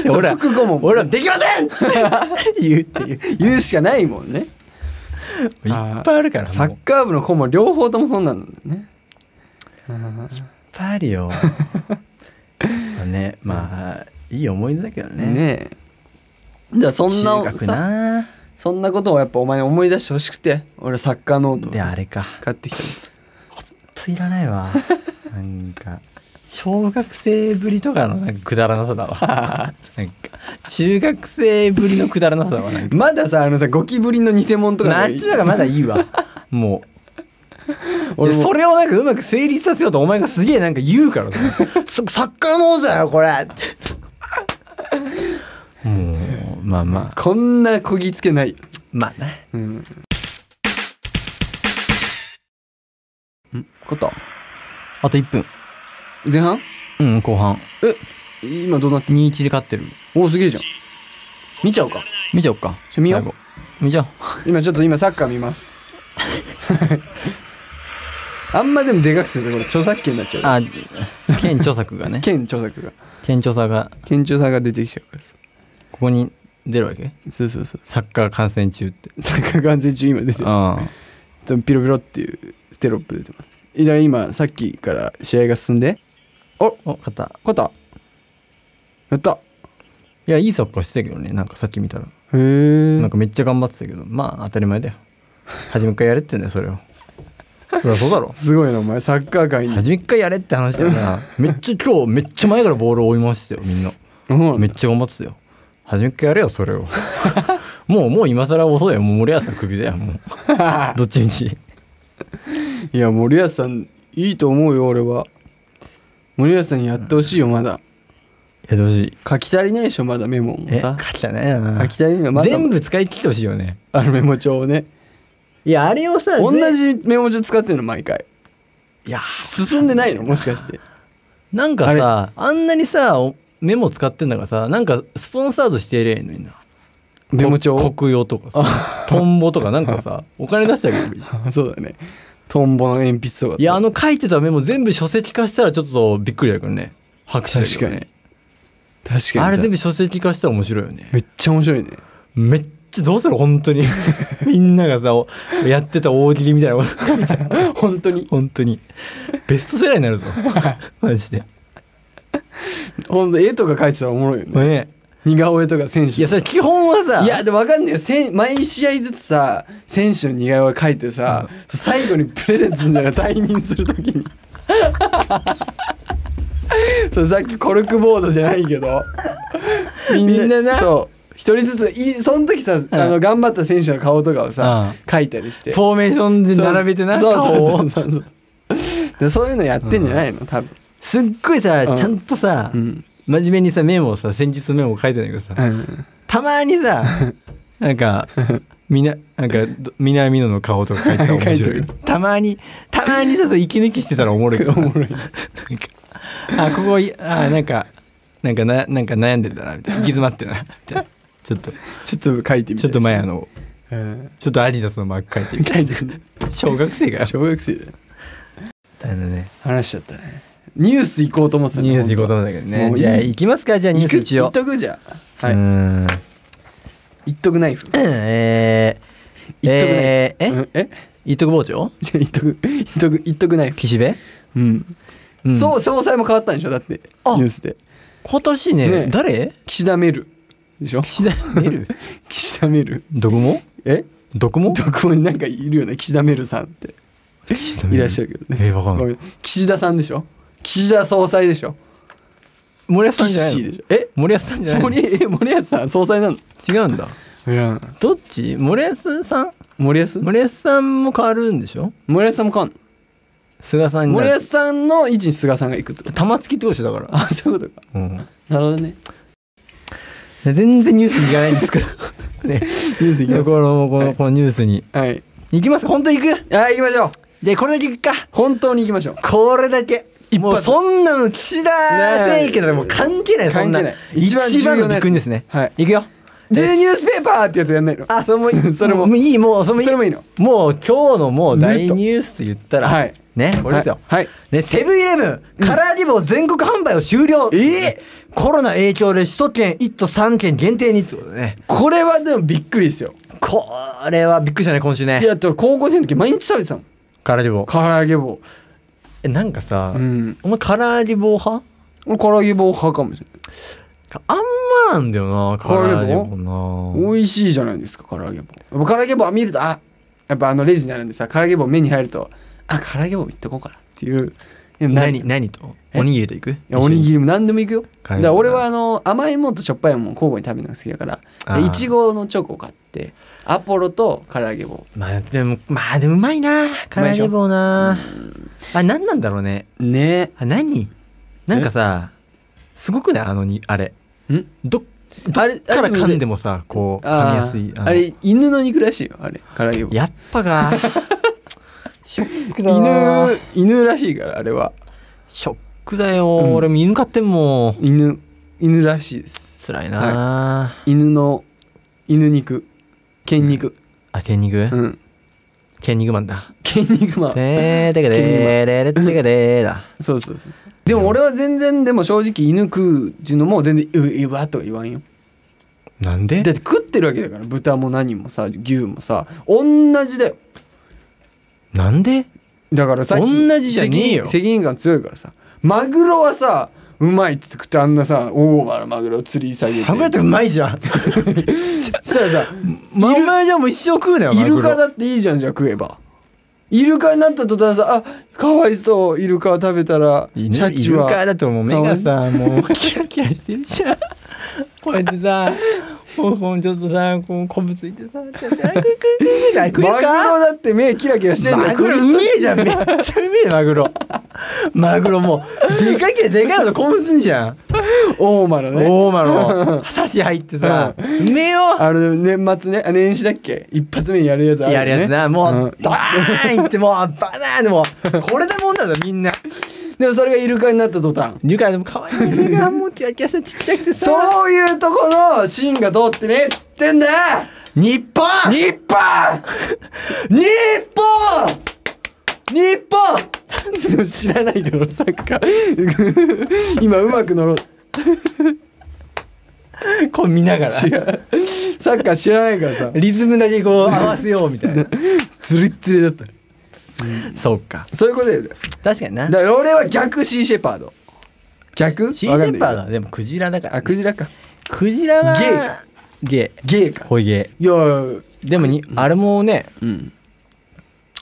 [SPEAKER 2] そう
[SPEAKER 3] 俺ら
[SPEAKER 2] 副顧問もね
[SPEAKER 3] 俺らできませんって言うっていう
[SPEAKER 2] 言うしかないもんね
[SPEAKER 3] いっぱいあるからもう
[SPEAKER 2] サッカー部の顧問両方ともそんなんだよね
[SPEAKER 3] いっぱいある よまあねまあいい思い出だけどね
[SPEAKER 2] ねえじゃあそん
[SPEAKER 3] 中
[SPEAKER 2] な
[SPEAKER 3] 学
[SPEAKER 2] さ
[SPEAKER 3] な
[SPEAKER 2] そんなことをやっぱお前に思い出してほしくて俺はサッカーノートを
[SPEAKER 3] で
[SPEAKER 2] さ
[SPEAKER 3] あれか
[SPEAKER 2] 買ってきたの
[SPEAKER 3] ほんといらないわなんか小学生ぶりとかのなんかくだらなさだわ なんか中学生ぶりのくだらなさだわなんか
[SPEAKER 2] まださあのさゴキブリの偽物とか
[SPEAKER 3] な
[SPEAKER 2] が
[SPEAKER 3] っちのがまだいいわもう
[SPEAKER 2] 俺
[SPEAKER 3] で
[SPEAKER 2] も
[SPEAKER 3] それをなんかうまく成立させようとお前がすげえなんか言う からさそサッカーの方だよこれ ってもうまあまあ
[SPEAKER 2] こんなこぎつけない、
[SPEAKER 3] まあね
[SPEAKER 2] うん、んこと
[SPEAKER 3] あと1分
[SPEAKER 2] 前半
[SPEAKER 3] うん後半
[SPEAKER 2] え今どうなって
[SPEAKER 3] 2-1で勝ってる
[SPEAKER 2] おすげえじゃん見ちゃおうか
[SPEAKER 3] 見ちゃおっか
[SPEAKER 2] ちょ見よう
[SPEAKER 3] 最後見ちゃおう
[SPEAKER 2] 今ちょっと今サッカー見ます あんまでもでかくするとこれ著作権になっちゃう
[SPEAKER 3] あ県著作がね
[SPEAKER 2] 県著作が
[SPEAKER 3] 県著作が
[SPEAKER 2] 県庁さんが出てきちゃうからさ
[SPEAKER 3] ここに出るわけ
[SPEAKER 2] そうそうそう
[SPEAKER 3] サッカー観戦中って
[SPEAKER 2] サッカー完全中今出てる
[SPEAKER 3] あ
[SPEAKER 2] でもピロピロっていうテロップ出てますだから今さっきから試合が進んで
[SPEAKER 3] お勝った
[SPEAKER 2] 勝ったやった
[SPEAKER 3] いやいいサッカーしてたけどねなんかさっき見たら
[SPEAKER 2] へえ
[SPEAKER 3] なんかめっちゃ頑張ってたけどまあ当たり前だよ初めっからやれってんだよそれをそりゃそう だろ
[SPEAKER 2] すごいなお前サッカー界に
[SPEAKER 3] 初めっからやれって話だよなめっちゃ今日めっちゃ前からボールを追い回してたよみんな
[SPEAKER 2] うん
[SPEAKER 3] めっちゃ頑張ってたよ初めっからやれよそれを もうもう今更遅いよもう森保さん首だよもうどっちみち
[SPEAKER 2] いや森保さんいいと思うよ俺は森保さんにやってほしいよまだ
[SPEAKER 3] やってほしい
[SPEAKER 2] 書き足りないでしょまだメモも
[SPEAKER 3] え
[SPEAKER 2] さ
[SPEAKER 3] 書きたないな
[SPEAKER 2] 書き足りないまだ
[SPEAKER 3] 全部使い切ってほしいよね
[SPEAKER 2] あのメモ帳をね
[SPEAKER 3] いやあれをさ
[SPEAKER 2] 同
[SPEAKER 3] 全
[SPEAKER 2] じメモ帳使ってるの毎回
[SPEAKER 3] いや
[SPEAKER 2] 進んでないのもしかして
[SPEAKER 3] なんかさあんなにさおメモ使ってんだからさなんかスポンサードしてやりゃいいのにな
[SPEAKER 2] メモ帳
[SPEAKER 3] こ国用とかさトンボとかなんかさお金出してあげればいいじゃ ん
[SPEAKER 2] そうだねトンボの鉛筆とか
[SPEAKER 3] いやあの書いてたメモ全部書籍化したらちょっとびっくりだけどね拍手だ
[SPEAKER 2] 確
[SPEAKER 3] け
[SPEAKER 2] か
[SPEAKER 3] ど
[SPEAKER 2] に
[SPEAKER 3] ね
[SPEAKER 2] 確かに
[SPEAKER 3] あれ全
[SPEAKER 2] 部
[SPEAKER 3] 部書籍化したら面白いよね
[SPEAKER 2] めっちゃ面白いね
[SPEAKER 3] めっちゃどうする本 当にみんながさおやってた大喜利みたいなこと
[SPEAKER 2] 本当に
[SPEAKER 3] 本当にベストセラーになるぞ マジで
[SPEAKER 2] 本当絵とか描いてたらおもろいよね
[SPEAKER 3] ね
[SPEAKER 2] 似顔絵とか選手
[SPEAKER 3] いやさ基本はさ
[SPEAKER 2] いやでも分かんないよせん毎試合ずつさ選手の似顔絵描いてさ、最後にプレゼントするんじゃない退任すると きにそうさっきコルクボードじゃないけどみ
[SPEAKER 3] みんなな
[SPEAKER 2] そう一人ずついその時さ、あの頑張った選手の顔とかをさ、
[SPEAKER 3] う
[SPEAKER 2] 描いたりして
[SPEAKER 3] フォーメーションで並べてな
[SPEAKER 2] そう
[SPEAKER 3] 顔を
[SPEAKER 2] そうそうそうそうでそういうのやってんじゃないの、多分
[SPEAKER 3] すっごいさ、
[SPEAKER 2] うん
[SPEAKER 3] ちゃんとさ、
[SPEAKER 2] うん
[SPEAKER 3] 真面目にさメモをさ戦術メモを書いてないけどさ、
[SPEAKER 2] うん
[SPEAKER 3] たまにさ なんかみななんかど南野の顔とか書いてたら面白い
[SPEAKER 2] 書い
[SPEAKER 3] よ
[SPEAKER 2] て
[SPEAKER 3] たまにたまにさそう息抜きしてた らおもろいけど
[SPEAKER 2] おもろい
[SPEAKER 3] なんかあここいあなんかなんかななんか悩んでたなみたいな行き詰まってるなみたいな ちょっと
[SPEAKER 2] ちょっと描いてみたりして
[SPEAKER 3] ちょっと前あの
[SPEAKER 2] うん
[SPEAKER 3] ちょっとアディダスのマーク書いてみた
[SPEAKER 2] 描
[SPEAKER 3] い
[SPEAKER 2] いてみ
[SPEAKER 3] な小学生が
[SPEAKER 2] た小学生だよ
[SPEAKER 3] だよね
[SPEAKER 2] 話しちゃったねニュース行こうと思ってた
[SPEAKER 3] ニュース行こうと思うんだけど
[SPEAKER 2] も
[SPEAKER 3] ね
[SPEAKER 2] ういい
[SPEAKER 3] じゃあ行きますかじゃあニュース一
[SPEAKER 2] 行
[SPEAKER 3] 応
[SPEAKER 2] っとくじゃあは
[SPEAKER 3] う
[SPEAKER 2] い
[SPEAKER 3] ーん
[SPEAKER 2] 一徳ナイフ
[SPEAKER 3] え
[SPEAKER 2] 一
[SPEAKER 3] ー、
[SPEAKER 2] 徳ナイフ
[SPEAKER 3] えー、え、
[SPEAKER 2] うんえ
[SPEAKER 3] 一徳包丁
[SPEAKER 2] じゃあ一徳一徳一徳ナイフ
[SPEAKER 3] 岸辺
[SPEAKER 2] うん
[SPEAKER 3] うん
[SPEAKER 2] そう総裁も変わったんでしょだってニ
[SPEAKER 3] あ
[SPEAKER 2] ュースで
[SPEAKER 3] 今年ね
[SPEAKER 2] ね
[SPEAKER 3] 誰
[SPEAKER 2] 岸田メルでしょ
[SPEAKER 3] 岸田 メル
[SPEAKER 2] 岸田メル
[SPEAKER 3] どこも
[SPEAKER 2] え
[SPEAKER 3] どこも
[SPEAKER 2] どこになんかいるよね岸田メルさんっていらっしゃるけどね
[SPEAKER 3] えーわかんない
[SPEAKER 2] ごめ岸田さんでしょ岸田総裁でしょ
[SPEAKER 3] 森保さんじゃない
[SPEAKER 2] 岸
[SPEAKER 3] の
[SPEAKER 2] でしょえ
[SPEAKER 3] 森保さんじゃない の
[SPEAKER 2] 森え森保さん総裁なの
[SPEAKER 3] 違うんだ
[SPEAKER 2] いや
[SPEAKER 3] どっち森保さん
[SPEAKER 2] 森保
[SPEAKER 3] 森保さんも変わるんでしょ
[SPEAKER 2] 森保さんも変わんの
[SPEAKER 3] 菅さんにな
[SPEAKER 2] 森保
[SPEAKER 3] る
[SPEAKER 2] さんの位置に菅さんが行くってこと
[SPEAKER 3] 玉突き投手だから、
[SPEAKER 2] あそういうことか
[SPEAKER 3] うん、
[SPEAKER 2] なるほどね。
[SPEAKER 3] 全然ニュースいかないん ですけど ね
[SPEAKER 2] ニュースいきます。
[SPEAKER 3] このこ
[SPEAKER 2] は
[SPEAKER 3] の
[SPEAKER 2] い
[SPEAKER 3] このニュースに
[SPEAKER 2] はい。
[SPEAKER 3] 行きます本当に行く
[SPEAKER 2] あ、行きましょう。
[SPEAKER 3] じゃあこれだけ行くか
[SPEAKER 2] 本当に行きましょう。
[SPEAKER 3] これだけもうそんなの岸田政権ならもう関係ないそんな
[SPEAKER 2] 関係ない
[SPEAKER 3] 一番
[SPEAKER 2] 一番重要なやつ
[SPEAKER 3] のビッグニュースね
[SPEAKER 2] はい
[SPEAKER 3] 行くよ
[SPEAKER 2] ジュニュースペーパーってやつやんないの。
[SPEAKER 3] あ それもいい
[SPEAKER 2] それも
[SPEAKER 3] ういいもうそれもいい
[SPEAKER 2] それもいいの
[SPEAKER 3] もう今日のもう大ニュースと言ったら、
[SPEAKER 2] はい
[SPEAKER 3] ねこれですよ、
[SPEAKER 2] はいはい
[SPEAKER 3] ね、セブンイレブン、カラーリボン全国販売を終了
[SPEAKER 2] え
[SPEAKER 3] コロナ影響で首都圏1都3県限定にってことでね
[SPEAKER 2] これはでもびっくりですよ。
[SPEAKER 3] これはびっくりしたね今週
[SPEAKER 2] い
[SPEAKER 3] ね
[SPEAKER 2] や、だから高校生の時毎日食べてたもん。
[SPEAKER 3] カラーリボン
[SPEAKER 2] 唐揚げ棒。
[SPEAKER 3] えなんかさ、
[SPEAKER 2] うん。
[SPEAKER 3] お前カラーリボン派
[SPEAKER 2] 俺唐揚げ棒派かもしれ
[SPEAKER 3] あんまなんだよなカ
[SPEAKER 2] カラ
[SPEAKER 3] ラ
[SPEAKER 2] ー
[SPEAKER 3] ー
[SPEAKER 2] リ
[SPEAKER 3] リ
[SPEAKER 2] ボン
[SPEAKER 3] ボンな
[SPEAKER 2] ない。美味しいじゃないですか、唐揚げ棒。やっぱ唐揚げ棒は見ると、あ、やっぱあのレジにあるんでさ、唐揚げ棒目に入ると、あ、唐揚げ棒いっとこうかなっていう。いや
[SPEAKER 3] 何
[SPEAKER 2] い
[SPEAKER 3] 何と
[SPEAKER 2] え
[SPEAKER 3] おにぎりと行く
[SPEAKER 2] やおにぎりも何でもいくよ。
[SPEAKER 3] 唐
[SPEAKER 2] だか
[SPEAKER 3] 揚げ棒な
[SPEAKER 2] ら俺はあの甘いもんとしょっぱいもん交互に食べるのが好きだから、
[SPEAKER 3] あー
[SPEAKER 2] でいちごのチョコ買って、アポロと唐揚げ棒。
[SPEAKER 3] まあでもまあでもうまいな唐揚げ棒なあ何なんだろうね
[SPEAKER 2] ね
[SPEAKER 3] あ何なんかさすごくねあのにあれ
[SPEAKER 2] ん
[SPEAKER 3] ど
[SPEAKER 2] あれ
[SPEAKER 3] っから
[SPEAKER 2] あれ
[SPEAKER 3] 噛んでもさこう噛
[SPEAKER 2] あ
[SPEAKER 3] み
[SPEAKER 2] ー
[SPEAKER 3] やすい
[SPEAKER 2] あ
[SPEAKER 3] の
[SPEAKER 2] れ犬の肉らしいよあれ唐揚げ棒
[SPEAKER 3] やっぱがショックだわ
[SPEAKER 2] 犬犬らしいからあれは
[SPEAKER 3] ショックだよ、俺も犬飼ってんもん
[SPEAKER 2] 犬犬らしいです
[SPEAKER 3] 辛いな、
[SPEAKER 2] 犬の犬肉犬肉
[SPEAKER 3] あケンニグ
[SPEAKER 2] うん
[SPEAKER 3] ケンニグマンだ
[SPEAKER 2] 犬肉まあ
[SPEAKER 3] でーでかでーでーでーでーでーだ
[SPEAKER 2] そうそうそうそうでも俺は全然でも正直犬食うっていうのも全然ううわとは言わんよ
[SPEAKER 3] なんで
[SPEAKER 2] だって食ってるわけだから豚も何もさ牛もさ同じだよ
[SPEAKER 3] なんで
[SPEAKER 2] だからさっき
[SPEAKER 3] 同じじゃねえよ
[SPEAKER 2] 責任責任感強いからさマグロはさうまいっつって食ってあんなさ大原マグロ釣り下げて
[SPEAKER 3] マグロってうまいじゃん
[SPEAKER 2] そしたらさ
[SPEAKER 3] まあお前じゃあもう一生食うなよ
[SPEAKER 2] イ
[SPEAKER 3] マグロ
[SPEAKER 2] ルカだっていいじゃんじゃあ食えばイルカになった途端さあかわいそうイルカを食べたらシ
[SPEAKER 3] 犬
[SPEAKER 2] ャチ
[SPEAKER 3] イルカ
[SPEAKER 2] は
[SPEAKER 3] だともう目がさもうキラキラしてるじゃんこうやってさもうこうちょっとさこうこぶついてさ「ちょっとあくくくく」みたいな食える
[SPEAKER 2] マグロ
[SPEAKER 3] か
[SPEAKER 2] だって目キラキラしてんだ
[SPEAKER 3] マグロうめえじゃんめっちゃうめえマグロマグロもうでかいけどでかいのとこぶつんじゃん
[SPEAKER 2] 大間のね
[SPEAKER 3] 大間の刺し入ってさ
[SPEAKER 2] う
[SPEAKER 3] うめえよ
[SPEAKER 2] あの年末ねあ年始だっけ一発目にやるやつあるよ
[SPEAKER 3] や
[SPEAKER 2] ね
[SPEAKER 3] るやつなも
[SPEAKER 2] ん
[SPEAKER 3] うドーンいってもうバナーンでもうこれでもんなんだみんな
[SPEAKER 2] でもそれがイルカになった途端
[SPEAKER 3] ゆかでも可愛いねがもうキラキラしてちっちゃくてさ
[SPEAKER 2] そういうとこの芯が通ってねっつってんだよ
[SPEAKER 3] 日本
[SPEAKER 2] 日
[SPEAKER 3] 日本日本
[SPEAKER 2] 本知らないだろサッカー 今うまく乗ろう
[SPEAKER 3] こう見ながら
[SPEAKER 2] 違うサッカー知らないから さ
[SPEAKER 3] リズムだけこう合わせようみた いな
[SPEAKER 2] ズリッズリだったね
[SPEAKER 3] そうか
[SPEAKER 2] そういうことでだよ
[SPEAKER 3] 確かにな
[SPEAKER 2] だから俺は逆シーシェパード逆
[SPEAKER 3] シーシェパード
[SPEAKER 2] ド
[SPEAKER 3] はでもクジラだから
[SPEAKER 2] あクジラか
[SPEAKER 3] クジラはゲイ
[SPEAKER 2] ゲーか
[SPEAKER 3] ホイゲ
[SPEAKER 2] いやいやいや
[SPEAKER 3] イでもにあれもね
[SPEAKER 2] うん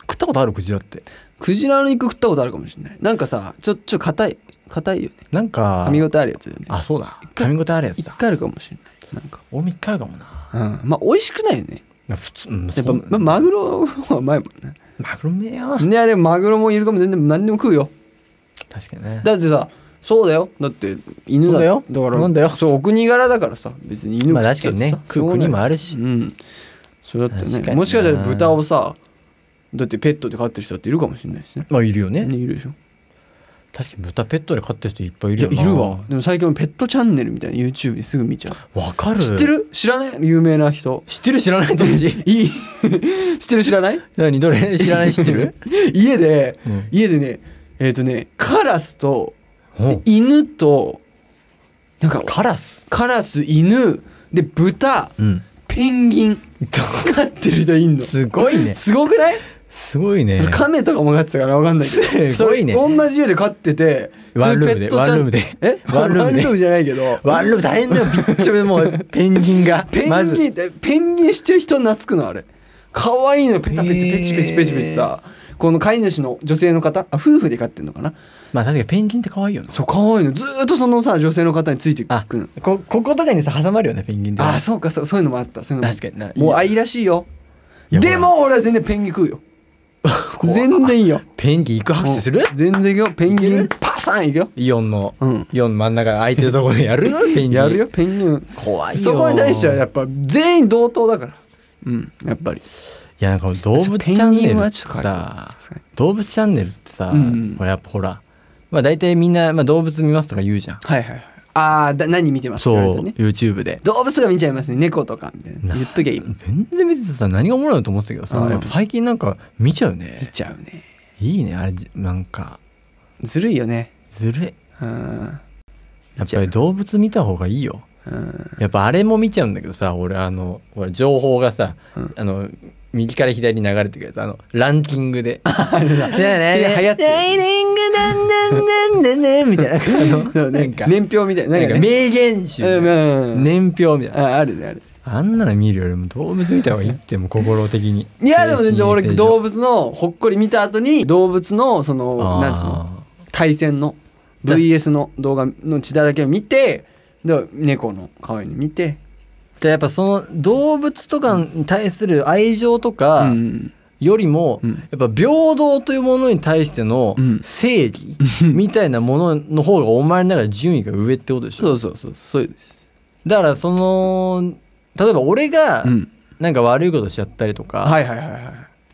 [SPEAKER 3] 食ったことあるクジラって
[SPEAKER 2] クジラの肉食ったことあるかもしれないなんかさちょちょっと硬い硬いよね
[SPEAKER 3] なんか
[SPEAKER 2] 噛み応えあるやつだよね
[SPEAKER 3] あそうだ噛み応えあるやつ
[SPEAKER 2] 一
[SPEAKER 3] だ
[SPEAKER 2] 回あるかもしれないなんか
[SPEAKER 3] 俺も一回あるかもな
[SPEAKER 2] うんまあ美味しくないよね
[SPEAKER 3] な普通う
[SPEAKER 2] や
[SPEAKER 3] ん
[SPEAKER 2] っぱ、
[SPEAKER 3] そう
[SPEAKER 2] ま、マグロはうまいもんね
[SPEAKER 3] マグロめえよ
[SPEAKER 2] いやでもマグロもイルカも全然何でも食うよ
[SPEAKER 3] 確かにね
[SPEAKER 2] だってさそうだよだって犬だ
[SPEAKER 3] そうだよ
[SPEAKER 2] から
[SPEAKER 3] なんだよ
[SPEAKER 2] そうお国柄だからさ別に犬
[SPEAKER 3] まあ
[SPEAKER 2] 食っち
[SPEAKER 3] 確か
[SPEAKER 2] ゃっ
[SPEAKER 3] に
[SPEAKER 2] て
[SPEAKER 3] ね
[SPEAKER 2] さ
[SPEAKER 3] 食う国もあ
[SPEAKER 2] る
[SPEAKER 3] るし
[SPEAKER 2] うんそれだって
[SPEAKER 3] 確かに
[SPEAKER 2] ね
[SPEAKER 3] な
[SPEAKER 2] もしかしたら豚をさだってペットで飼ってる人だっているかもしれないしね
[SPEAKER 3] まあいるよね
[SPEAKER 2] ねいるでしょ
[SPEAKER 3] 確かに豚ペットで飼ってる人いっぱいい
[SPEAKER 2] い
[SPEAKER 3] る
[SPEAKER 2] や
[SPEAKER 3] よ
[SPEAKER 2] い
[SPEAKER 3] ない
[SPEAKER 2] るわでも最近もペットチャンネルみたいな YouTube ですぐ見ちゃう
[SPEAKER 3] わかる
[SPEAKER 2] 知ってる知らない有名な人
[SPEAKER 3] 知ってる知らな いどっち
[SPEAKER 2] いい知ってる知らない
[SPEAKER 3] 何どれ知らない知ってる
[SPEAKER 2] 家で、
[SPEAKER 3] うん
[SPEAKER 2] 家でねえっ、とねカラスと
[SPEAKER 3] うん
[SPEAKER 2] 犬となんか
[SPEAKER 3] カラス
[SPEAKER 2] カラス犬で豚、
[SPEAKER 3] うん
[SPEAKER 2] ペンギン飼ってる人いんの
[SPEAKER 3] すごいね
[SPEAKER 2] すごくない、
[SPEAKER 3] すご いね
[SPEAKER 2] カメとかも飼ってたからわかんないけど
[SPEAKER 3] すごいね
[SPEAKER 2] それ同じ家で飼ってて
[SPEAKER 3] ワンルーム
[SPEAKER 2] それ
[SPEAKER 3] で
[SPEAKER 2] ペットちゃん
[SPEAKER 3] ワンルームで
[SPEAKER 2] えワ
[SPEAKER 3] ワ
[SPEAKER 2] ン
[SPEAKER 3] ン
[SPEAKER 2] ル
[SPEAKER 3] ルームで
[SPEAKER 2] ームじゃないけど
[SPEAKER 3] ワンルーム大変だよびっちょびちょでもうペンギンが
[SPEAKER 2] ペ
[SPEAKER 3] ま
[SPEAKER 2] ン
[SPEAKER 3] ず
[SPEAKER 2] ギンってペンギンしてる人懐くのあれ可愛いのペタペ
[SPEAKER 3] へ
[SPEAKER 2] タ
[SPEAKER 3] ー
[SPEAKER 2] ペチペチペチペチさこの飼い主の女性の方あ夫婦で飼ってるのかな
[SPEAKER 3] まあ確かにペンギンって可愛いよな
[SPEAKER 2] そう可愛いのずーっとそのさ女性の方について
[SPEAKER 3] あ
[SPEAKER 2] くの
[SPEAKER 3] ここことかにさ挟まるよねペンギンって
[SPEAKER 2] ああそうかそうそういうのもあったそういうのもあった
[SPEAKER 3] 確かにないいよ
[SPEAKER 2] もう愛らしいよ
[SPEAKER 3] いや
[SPEAKER 2] でも俺は全然ペンギン 食うよ
[SPEAKER 3] わ
[SPEAKER 2] 全然いいよ
[SPEAKER 3] ペンギン行く拍手する
[SPEAKER 2] うん全然いくよペンギンパサンいくよ
[SPEAKER 3] イオンの、
[SPEAKER 2] うん
[SPEAKER 3] イオンの真ん中空いてるところで やるのペンギン
[SPEAKER 2] やるよペンギン
[SPEAKER 3] 怖いよ
[SPEAKER 2] そこに対してはやっぱ全員同等だからうんやっぱり
[SPEAKER 3] いやなんか動物チ
[SPEAKER 2] ペン
[SPEAKER 3] ャン
[SPEAKER 2] ギ
[SPEAKER 3] ネ
[SPEAKER 2] ン
[SPEAKER 3] ルっ
[SPEAKER 2] は
[SPEAKER 3] て
[SPEAKER 2] ちょっとかわいそう
[SPEAKER 3] さ
[SPEAKER 2] さすがに
[SPEAKER 3] 動物チャンネルってさ、
[SPEAKER 2] うんうん
[SPEAKER 3] これやっぱほらまあ大体みんな、まあ、動物見ますとか言うじゃん
[SPEAKER 2] はいはいはいああだ何見てますって
[SPEAKER 3] そ
[SPEAKER 2] 言われ
[SPEAKER 3] う、
[SPEAKER 2] てね
[SPEAKER 3] YouTube で
[SPEAKER 2] 動物が見ちゃいますね猫とかみたいな
[SPEAKER 3] な
[SPEAKER 2] 言っときゃいい見
[SPEAKER 3] 全然見ててさ何がおもろいのと思ってたけどさ、
[SPEAKER 2] うん
[SPEAKER 3] やっぱ最近なんか見ちゃうね
[SPEAKER 2] ちゃうね
[SPEAKER 3] いいねあれなんか
[SPEAKER 2] ずるいよね
[SPEAKER 3] ずるい
[SPEAKER 2] うん
[SPEAKER 3] やっぱり動物見た方がいいよ
[SPEAKER 2] うん
[SPEAKER 3] やっぱあれも見ちゃうんだけどさ俺あのほら情報がさ、
[SPEAKER 2] うん
[SPEAKER 3] あの右から左に流れてくるやつあのランキングで
[SPEAKER 2] あれだ
[SPEAKER 3] ねえねえ
[SPEAKER 2] それ流行ってる
[SPEAKER 3] ライディングなんなんなんなんみたいな感じ
[SPEAKER 2] そう
[SPEAKER 3] の
[SPEAKER 2] ね
[SPEAKER 3] なんか
[SPEAKER 2] 年表みたいなな
[SPEAKER 3] な
[SPEAKER 2] んん
[SPEAKER 3] か
[SPEAKER 2] かね
[SPEAKER 3] 名言集
[SPEAKER 2] うんうんうん
[SPEAKER 3] 年表みたいな
[SPEAKER 2] ああるねある
[SPEAKER 3] あんなの見るよりも動物見た方がいいってもう心的に
[SPEAKER 2] いやでも全然俺動
[SPEAKER 3] 物
[SPEAKER 2] 物のほっこり見た後に動物のそのなんつうの対戦の VS の動画の血だらけを見てで猫の可愛いの見て
[SPEAKER 3] やっぱその動物とかに対する愛情と
[SPEAKER 2] う
[SPEAKER 3] か
[SPEAKER 2] ん
[SPEAKER 3] よりも、
[SPEAKER 2] うん
[SPEAKER 3] やっぱ平等というものに対しての
[SPEAKER 2] うん
[SPEAKER 3] 正義みたいなものの方がお前の中で順位が上ってことでしょ
[SPEAKER 2] そうそうそうそういうです
[SPEAKER 3] だからその例えば俺が
[SPEAKER 2] うん
[SPEAKER 3] なんか悪いことしちゃったりとか
[SPEAKER 2] はいはいはいはい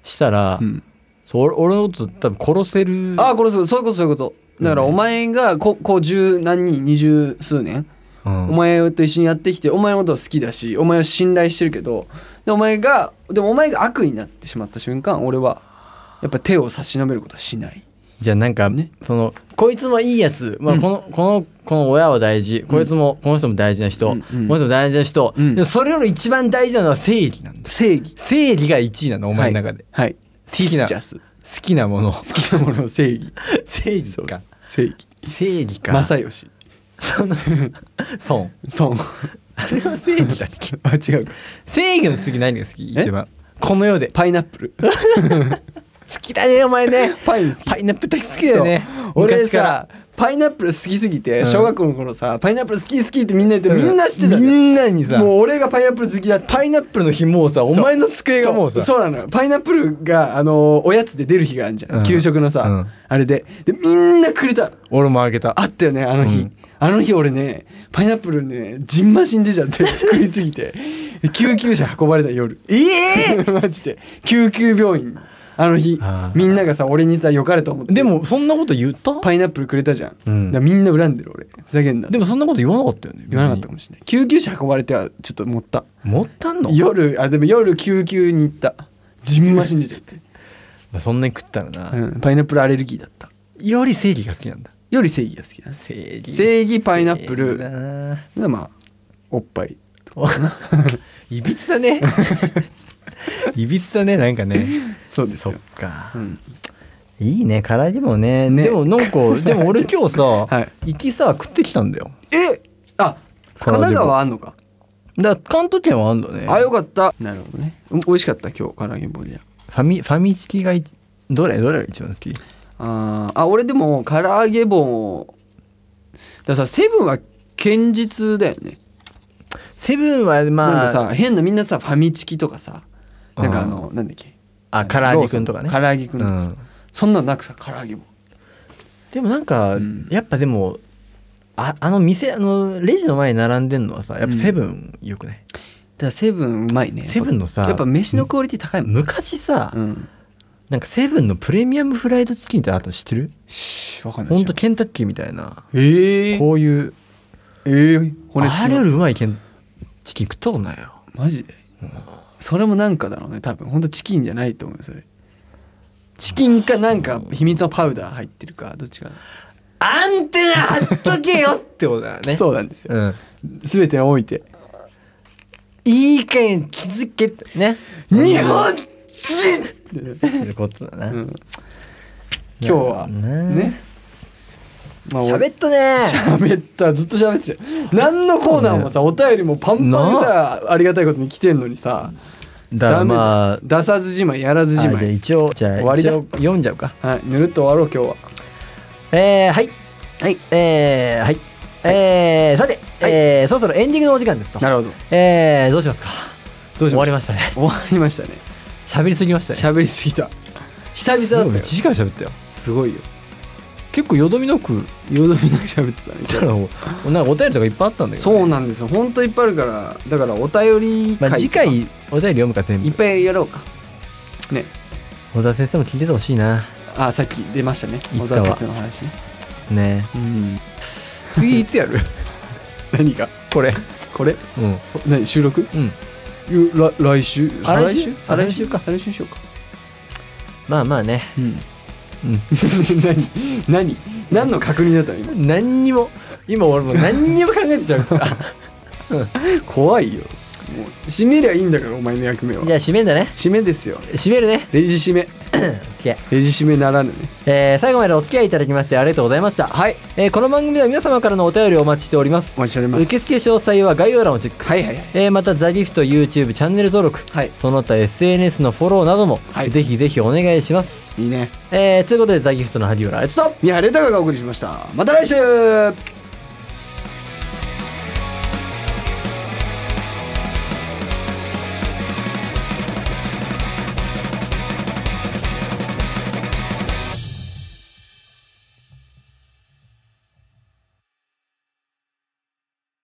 [SPEAKER 3] したら、
[SPEAKER 2] うん
[SPEAKER 3] そう俺俺のこと多分殺せる
[SPEAKER 2] ああこれそうそういうことそういうことだからお前がここう十何人二十数年
[SPEAKER 3] うん
[SPEAKER 2] お前と一緒にやってきてお前のことは好きだしお前を信頼してるけどでお前がでもお前が悪になってしまった瞬間俺はやっぱ手を差し伸べることはしない
[SPEAKER 3] じゃあなんか、
[SPEAKER 2] ね
[SPEAKER 3] そのこいつもいいやつ、ま
[SPEAKER 2] う
[SPEAKER 3] あ、
[SPEAKER 2] ん
[SPEAKER 3] この、このこの親は大事こいつも、この人も大事な人、
[SPEAKER 2] うんうん
[SPEAKER 3] この人も大事な人、
[SPEAKER 2] うん
[SPEAKER 3] でもそれより一番大事なのは正義なんです
[SPEAKER 2] 正義
[SPEAKER 3] 正義が1位なのお
[SPEAKER 2] お
[SPEAKER 3] 前の中で、
[SPEAKER 2] はい、はい、
[SPEAKER 3] 好きな
[SPEAKER 2] ジャス好
[SPEAKER 3] 好きなもの
[SPEAKER 2] きなものを正義
[SPEAKER 3] 正義か
[SPEAKER 2] 正義
[SPEAKER 3] 正義か
[SPEAKER 2] 正義
[SPEAKER 3] その 損
[SPEAKER 2] 孫
[SPEAKER 3] あれは正義だっけ
[SPEAKER 2] あ違うか
[SPEAKER 3] 正義の次何が好き
[SPEAKER 2] え
[SPEAKER 3] 一番この世で
[SPEAKER 2] パイナップル
[SPEAKER 3] 好きだねお前ね
[SPEAKER 2] パイン好き
[SPEAKER 3] パイナップル大好きだよね
[SPEAKER 2] そう俺
[SPEAKER 3] 昔から
[SPEAKER 2] さパイナップル好きすぎて
[SPEAKER 3] ん
[SPEAKER 2] 小学校の頃さ、パイナップル好き好きってみんな言ってみんな知ってた
[SPEAKER 3] み
[SPEAKER 2] のよ
[SPEAKER 3] んなにさ
[SPEAKER 2] もう俺がパイナップル好きだって
[SPEAKER 3] パイナップルの日もうさお前の机がもうさ
[SPEAKER 2] そうそうなのよパイナップルがあのーおやつで出る日があるじゃん、
[SPEAKER 3] うん
[SPEAKER 2] 給食のさ、
[SPEAKER 3] うん
[SPEAKER 2] あれででみんなくれた
[SPEAKER 3] 俺もあげた
[SPEAKER 2] あったよねあの日、
[SPEAKER 3] うん
[SPEAKER 2] あの日俺ねパイナップルねじんましん出ちゃって 食いすぎてで救急車運ばれた夜ええ マジで救急病院あの日
[SPEAKER 3] あー
[SPEAKER 2] みんながさ俺にさよかれと思って
[SPEAKER 3] でもそんなこと言った
[SPEAKER 2] パイナップルくれたじゃん、
[SPEAKER 3] うん
[SPEAKER 2] だからみんな恨んでる俺ふざけんな
[SPEAKER 3] でもそんなこと言わなかったよね
[SPEAKER 2] 言わなかったかもしれない救急車運ばれてはちょっと持った
[SPEAKER 3] 持ったんの
[SPEAKER 2] 夜あでも夜救急に行ったじんましん出ちゃって
[SPEAKER 3] まあそんなに食ったらな、
[SPEAKER 2] うん、パイナップルアレルギーだった
[SPEAKER 3] より正義が好きなんだ
[SPEAKER 2] より正義が好きなんです
[SPEAKER 3] 正義
[SPEAKER 2] 正義パイナップル
[SPEAKER 3] 正義だな
[SPEAKER 2] でまあおっぱい
[SPEAKER 3] お いびつだねいびつだねなんかね
[SPEAKER 2] そうです
[SPEAKER 3] そ
[SPEAKER 2] よ
[SPEAKER 3] っか、
[SPEAKER 2] うん
[SPEAKER 3] いいね辛いでもね
[SPEAKER 2] ね
[SPEAKER 3] でもなん かでも俺今日さ、
[SPEAKER 2] は
[SPEAKER 3] 行きさ食ってきたんだよ
[SPEAKER 2] えあ神奈川あんのか
[SPEAKER 3] だから関東圏はあんだね
[SPEAKER 2] あよかったなるほどねうん美味しかった今日唐揚げボリア
[SPEAKER 3] ファミファミチキがいどれどれが一番好き
[SPEAKER 2] あーあ俺でも唐揚げ棒だからさセブンは堅実だよね
[SPEAKER 3] セブンは
[SPEAKER 2] なん
[SPEAKER 3] ま
[SPEAKER 2] か
[SPEAKER 3] あ
[SPEAKER 2] さ変なみんなさファミチキとかさなんかあ
[SPEAKER 3] うん
[SPEAKER 2] のなんだっけ
[SPEAKER 3] あ唐揚げくんとかね
[SPEAKER 2] ローソンの唐揚げくんとか
[SPEAKER 3] う
[SPEAKER 2] さ
[SPEAKER 3] ん
[SPEAKER 2] そんなのなくさ唐揚げ棒
[SPEAKER 3] でもなんか、
[SPEAKER 2] うん
[SPEAKER 3] やっぱでもああの店あのレジの前に並んでんのはさやっぱセブンよくない、
[SPEAKER 2] だからセブンうまいね
[SPEAKER 3] セブンのさ
[SPEAKER 2] やっぱ飯のクオリティ高いもん、
[SPEAKER 3] 昔さ、
[SPEAKER 2] うん、
[SPEAKER 3] なんかセブンのプレミアムフライドチキンってあったの知ってる
[SPEAKER 2] しわかんない
[SPEAKER 3] ほんとケンタッキーみたいな
[SPEAKER 2] ええ
[SPEAKER 3] こういう
[SPEAKER 2] えー、骨付き
[SPEAKER 3] あれ
[SPEAKER 2] の
[SPEAKER 3] よりうまいケンチキン食ったことないよ
[SPEAKER 2] マジで、それもなんかだろうね多分ほんとチキンじゃないと思うよそれチキンかなんか秘密のパウダー入ってるかどっちか、
[SPEAKER 3] アンテナ張っとけよってことだよね
[SPEAKER 2] そうなんですよ、
[SPEAKER 3] うん
[SPEAKER 2] 全てを置いて
[SPEAKER 3] いい加減気づけってね
[SPEAKER 2] 日本人
[SPEAKER 3] ってことだな、
[SPEAKER 2] ん今日はねまあ俺
[SPEAKER 3] 喋った ね
[SPEAKER 2] 喋ったずっと喋ってたよ何のコーナーもさお便りもパンパンにさありがたいことに来てんのにさ
[SPEAKER 3] だからまあ
[SPEAKER 2] 出さずじまいやらずじ
[SPEAKER 3] あ
[SPEAKER 2] ま
[SPEAKER 3] じゃあ
[SPEAKER 2] い
[SPEAKER 3] 一応じゃあ
[SPEAKER 2] 終わりだ
[SPEAKER 3] 一応読んじゃうか
[SPEAKER 2] はいぬるっと終わろう今日は
[SPEAKER 3] えー、はい
[SPEAKER 2] はい
[SPEAKER 3] えー、はいえー、さて、えー、そろそろエンディングのお時間ですと
[SPEAKER 2] なるほど
[SPEAKER 3] えー、どうしますか
[SPEAKER 2] どうし
[SPEAKER 3] 終わ
[SPEAKER 2] まし
[SPEAKER 3] りましたね
[SPEAKER 2] た終わりましたね
[SPEAKER 3] 喋りすぎましたね
[SPEAKER 2] 喋りすぎた久々だったよ
[SPEAKER 3] 1時間喋ったよ
[SPEAKER 2] すごいよ
[SPEAKER 3] 結構よどみなく
[SPEAKER 2] よどみなく喋ってたね
[SPEAKER 3] だからもうなんかお便りとかいっぱいあった んだけどね、
[SPEAKER 2] そうなんですよほんといっぱいあるからだからお便り会とか、
[SPEAKER 3] まあ、次回お便り読むか全
[SPEAKER 2] いっ
[SPEAKER 3] 部
[SPEAKER 2] ぱいやろうかね
[SPEAKER 3] 小田先生も聞いててほしいな
[SPEAKER 2] あさっき出ましたね
[SPEAKER 3] いつか
[SPEAKER 2] 小
[SPEAKER 3] は
[SPEAKER 2] 沢先生の話ね
[SPEAKER 3] ね
[SPEAKER 2] うん
[SPEAKER 3] 次いつやる
[SPEAKER 2] 何が
[SPEAKER 3] これ
[SPEAKER 2] これ
[SPEAKER 3] うん
[SPEAKER 2] 何収録
[SPEAKER 3] うん
[SPEAKER 2] ゆら来週
[SPEAKER 3] あ
[SPEAKER 2] 再来
[SPEAKER 3] 来
[SPEAKER 2] 週
[SPEAKER 3] 週
[SPEAKER 2] 再来
[SPEAKER 3] 再来
[SPEAKER 2] 週
[SPEAKER 3] 週
[SPEAKER 2] か
[SPEAKER 3] か
[SPEAKER 2] 再来週にしようか
[SPEAKER 3] まあまあね
[SPEAKER 2] うん
[SPEAKER 3] うん
[SPEAKER 2] 何何何の確認だったの今
[SPEAKER 3] 何にも今俺もう何にも考え てちゃうからさ
[SPEAKER 2] 怖いよもう締めりゃいいんだからお前の役目は
[SPEAKER 3] じゃあ締めんだね
[SPEAKER 2] 締めですよ
[SPEAKER 3] 締める ね
[SPEAKER 2] レジ締め
[SPEAKER 3] OK
[SPEAKER 2] レジ締めならぬね
[SPEAKER 3] えー、最後までお付き合いいただきましてありがとうございました、
[SPEAKER 2] はい
[SPEAKER 3] えー、この番組では皆様からのお便りをお待ちしておりま
[SPEAKER 2] お
[SPEAKER 3] す
[SPEAKER 2] 待ちしております
[SPEAKER 3] 受付詳細は概要欄をチェック、
[SPEAKER 2] はいはいはい
[SPEAKER 3] えー、またザギフト YouTube チャンネル登録、
[SPEAKER 2] はい
[SPEAKER 3] その他 SNS のフォローなども、
[SPEAKER 2] はい
[SPEAKER 3] ぜひぜひお願いします
[SPEAKER 2] いいね
[SPEAKER 3] えー、ということでザギフトの萩原あいつと
[SPEAKER 2] 宮原豊がお送りしましたまた来週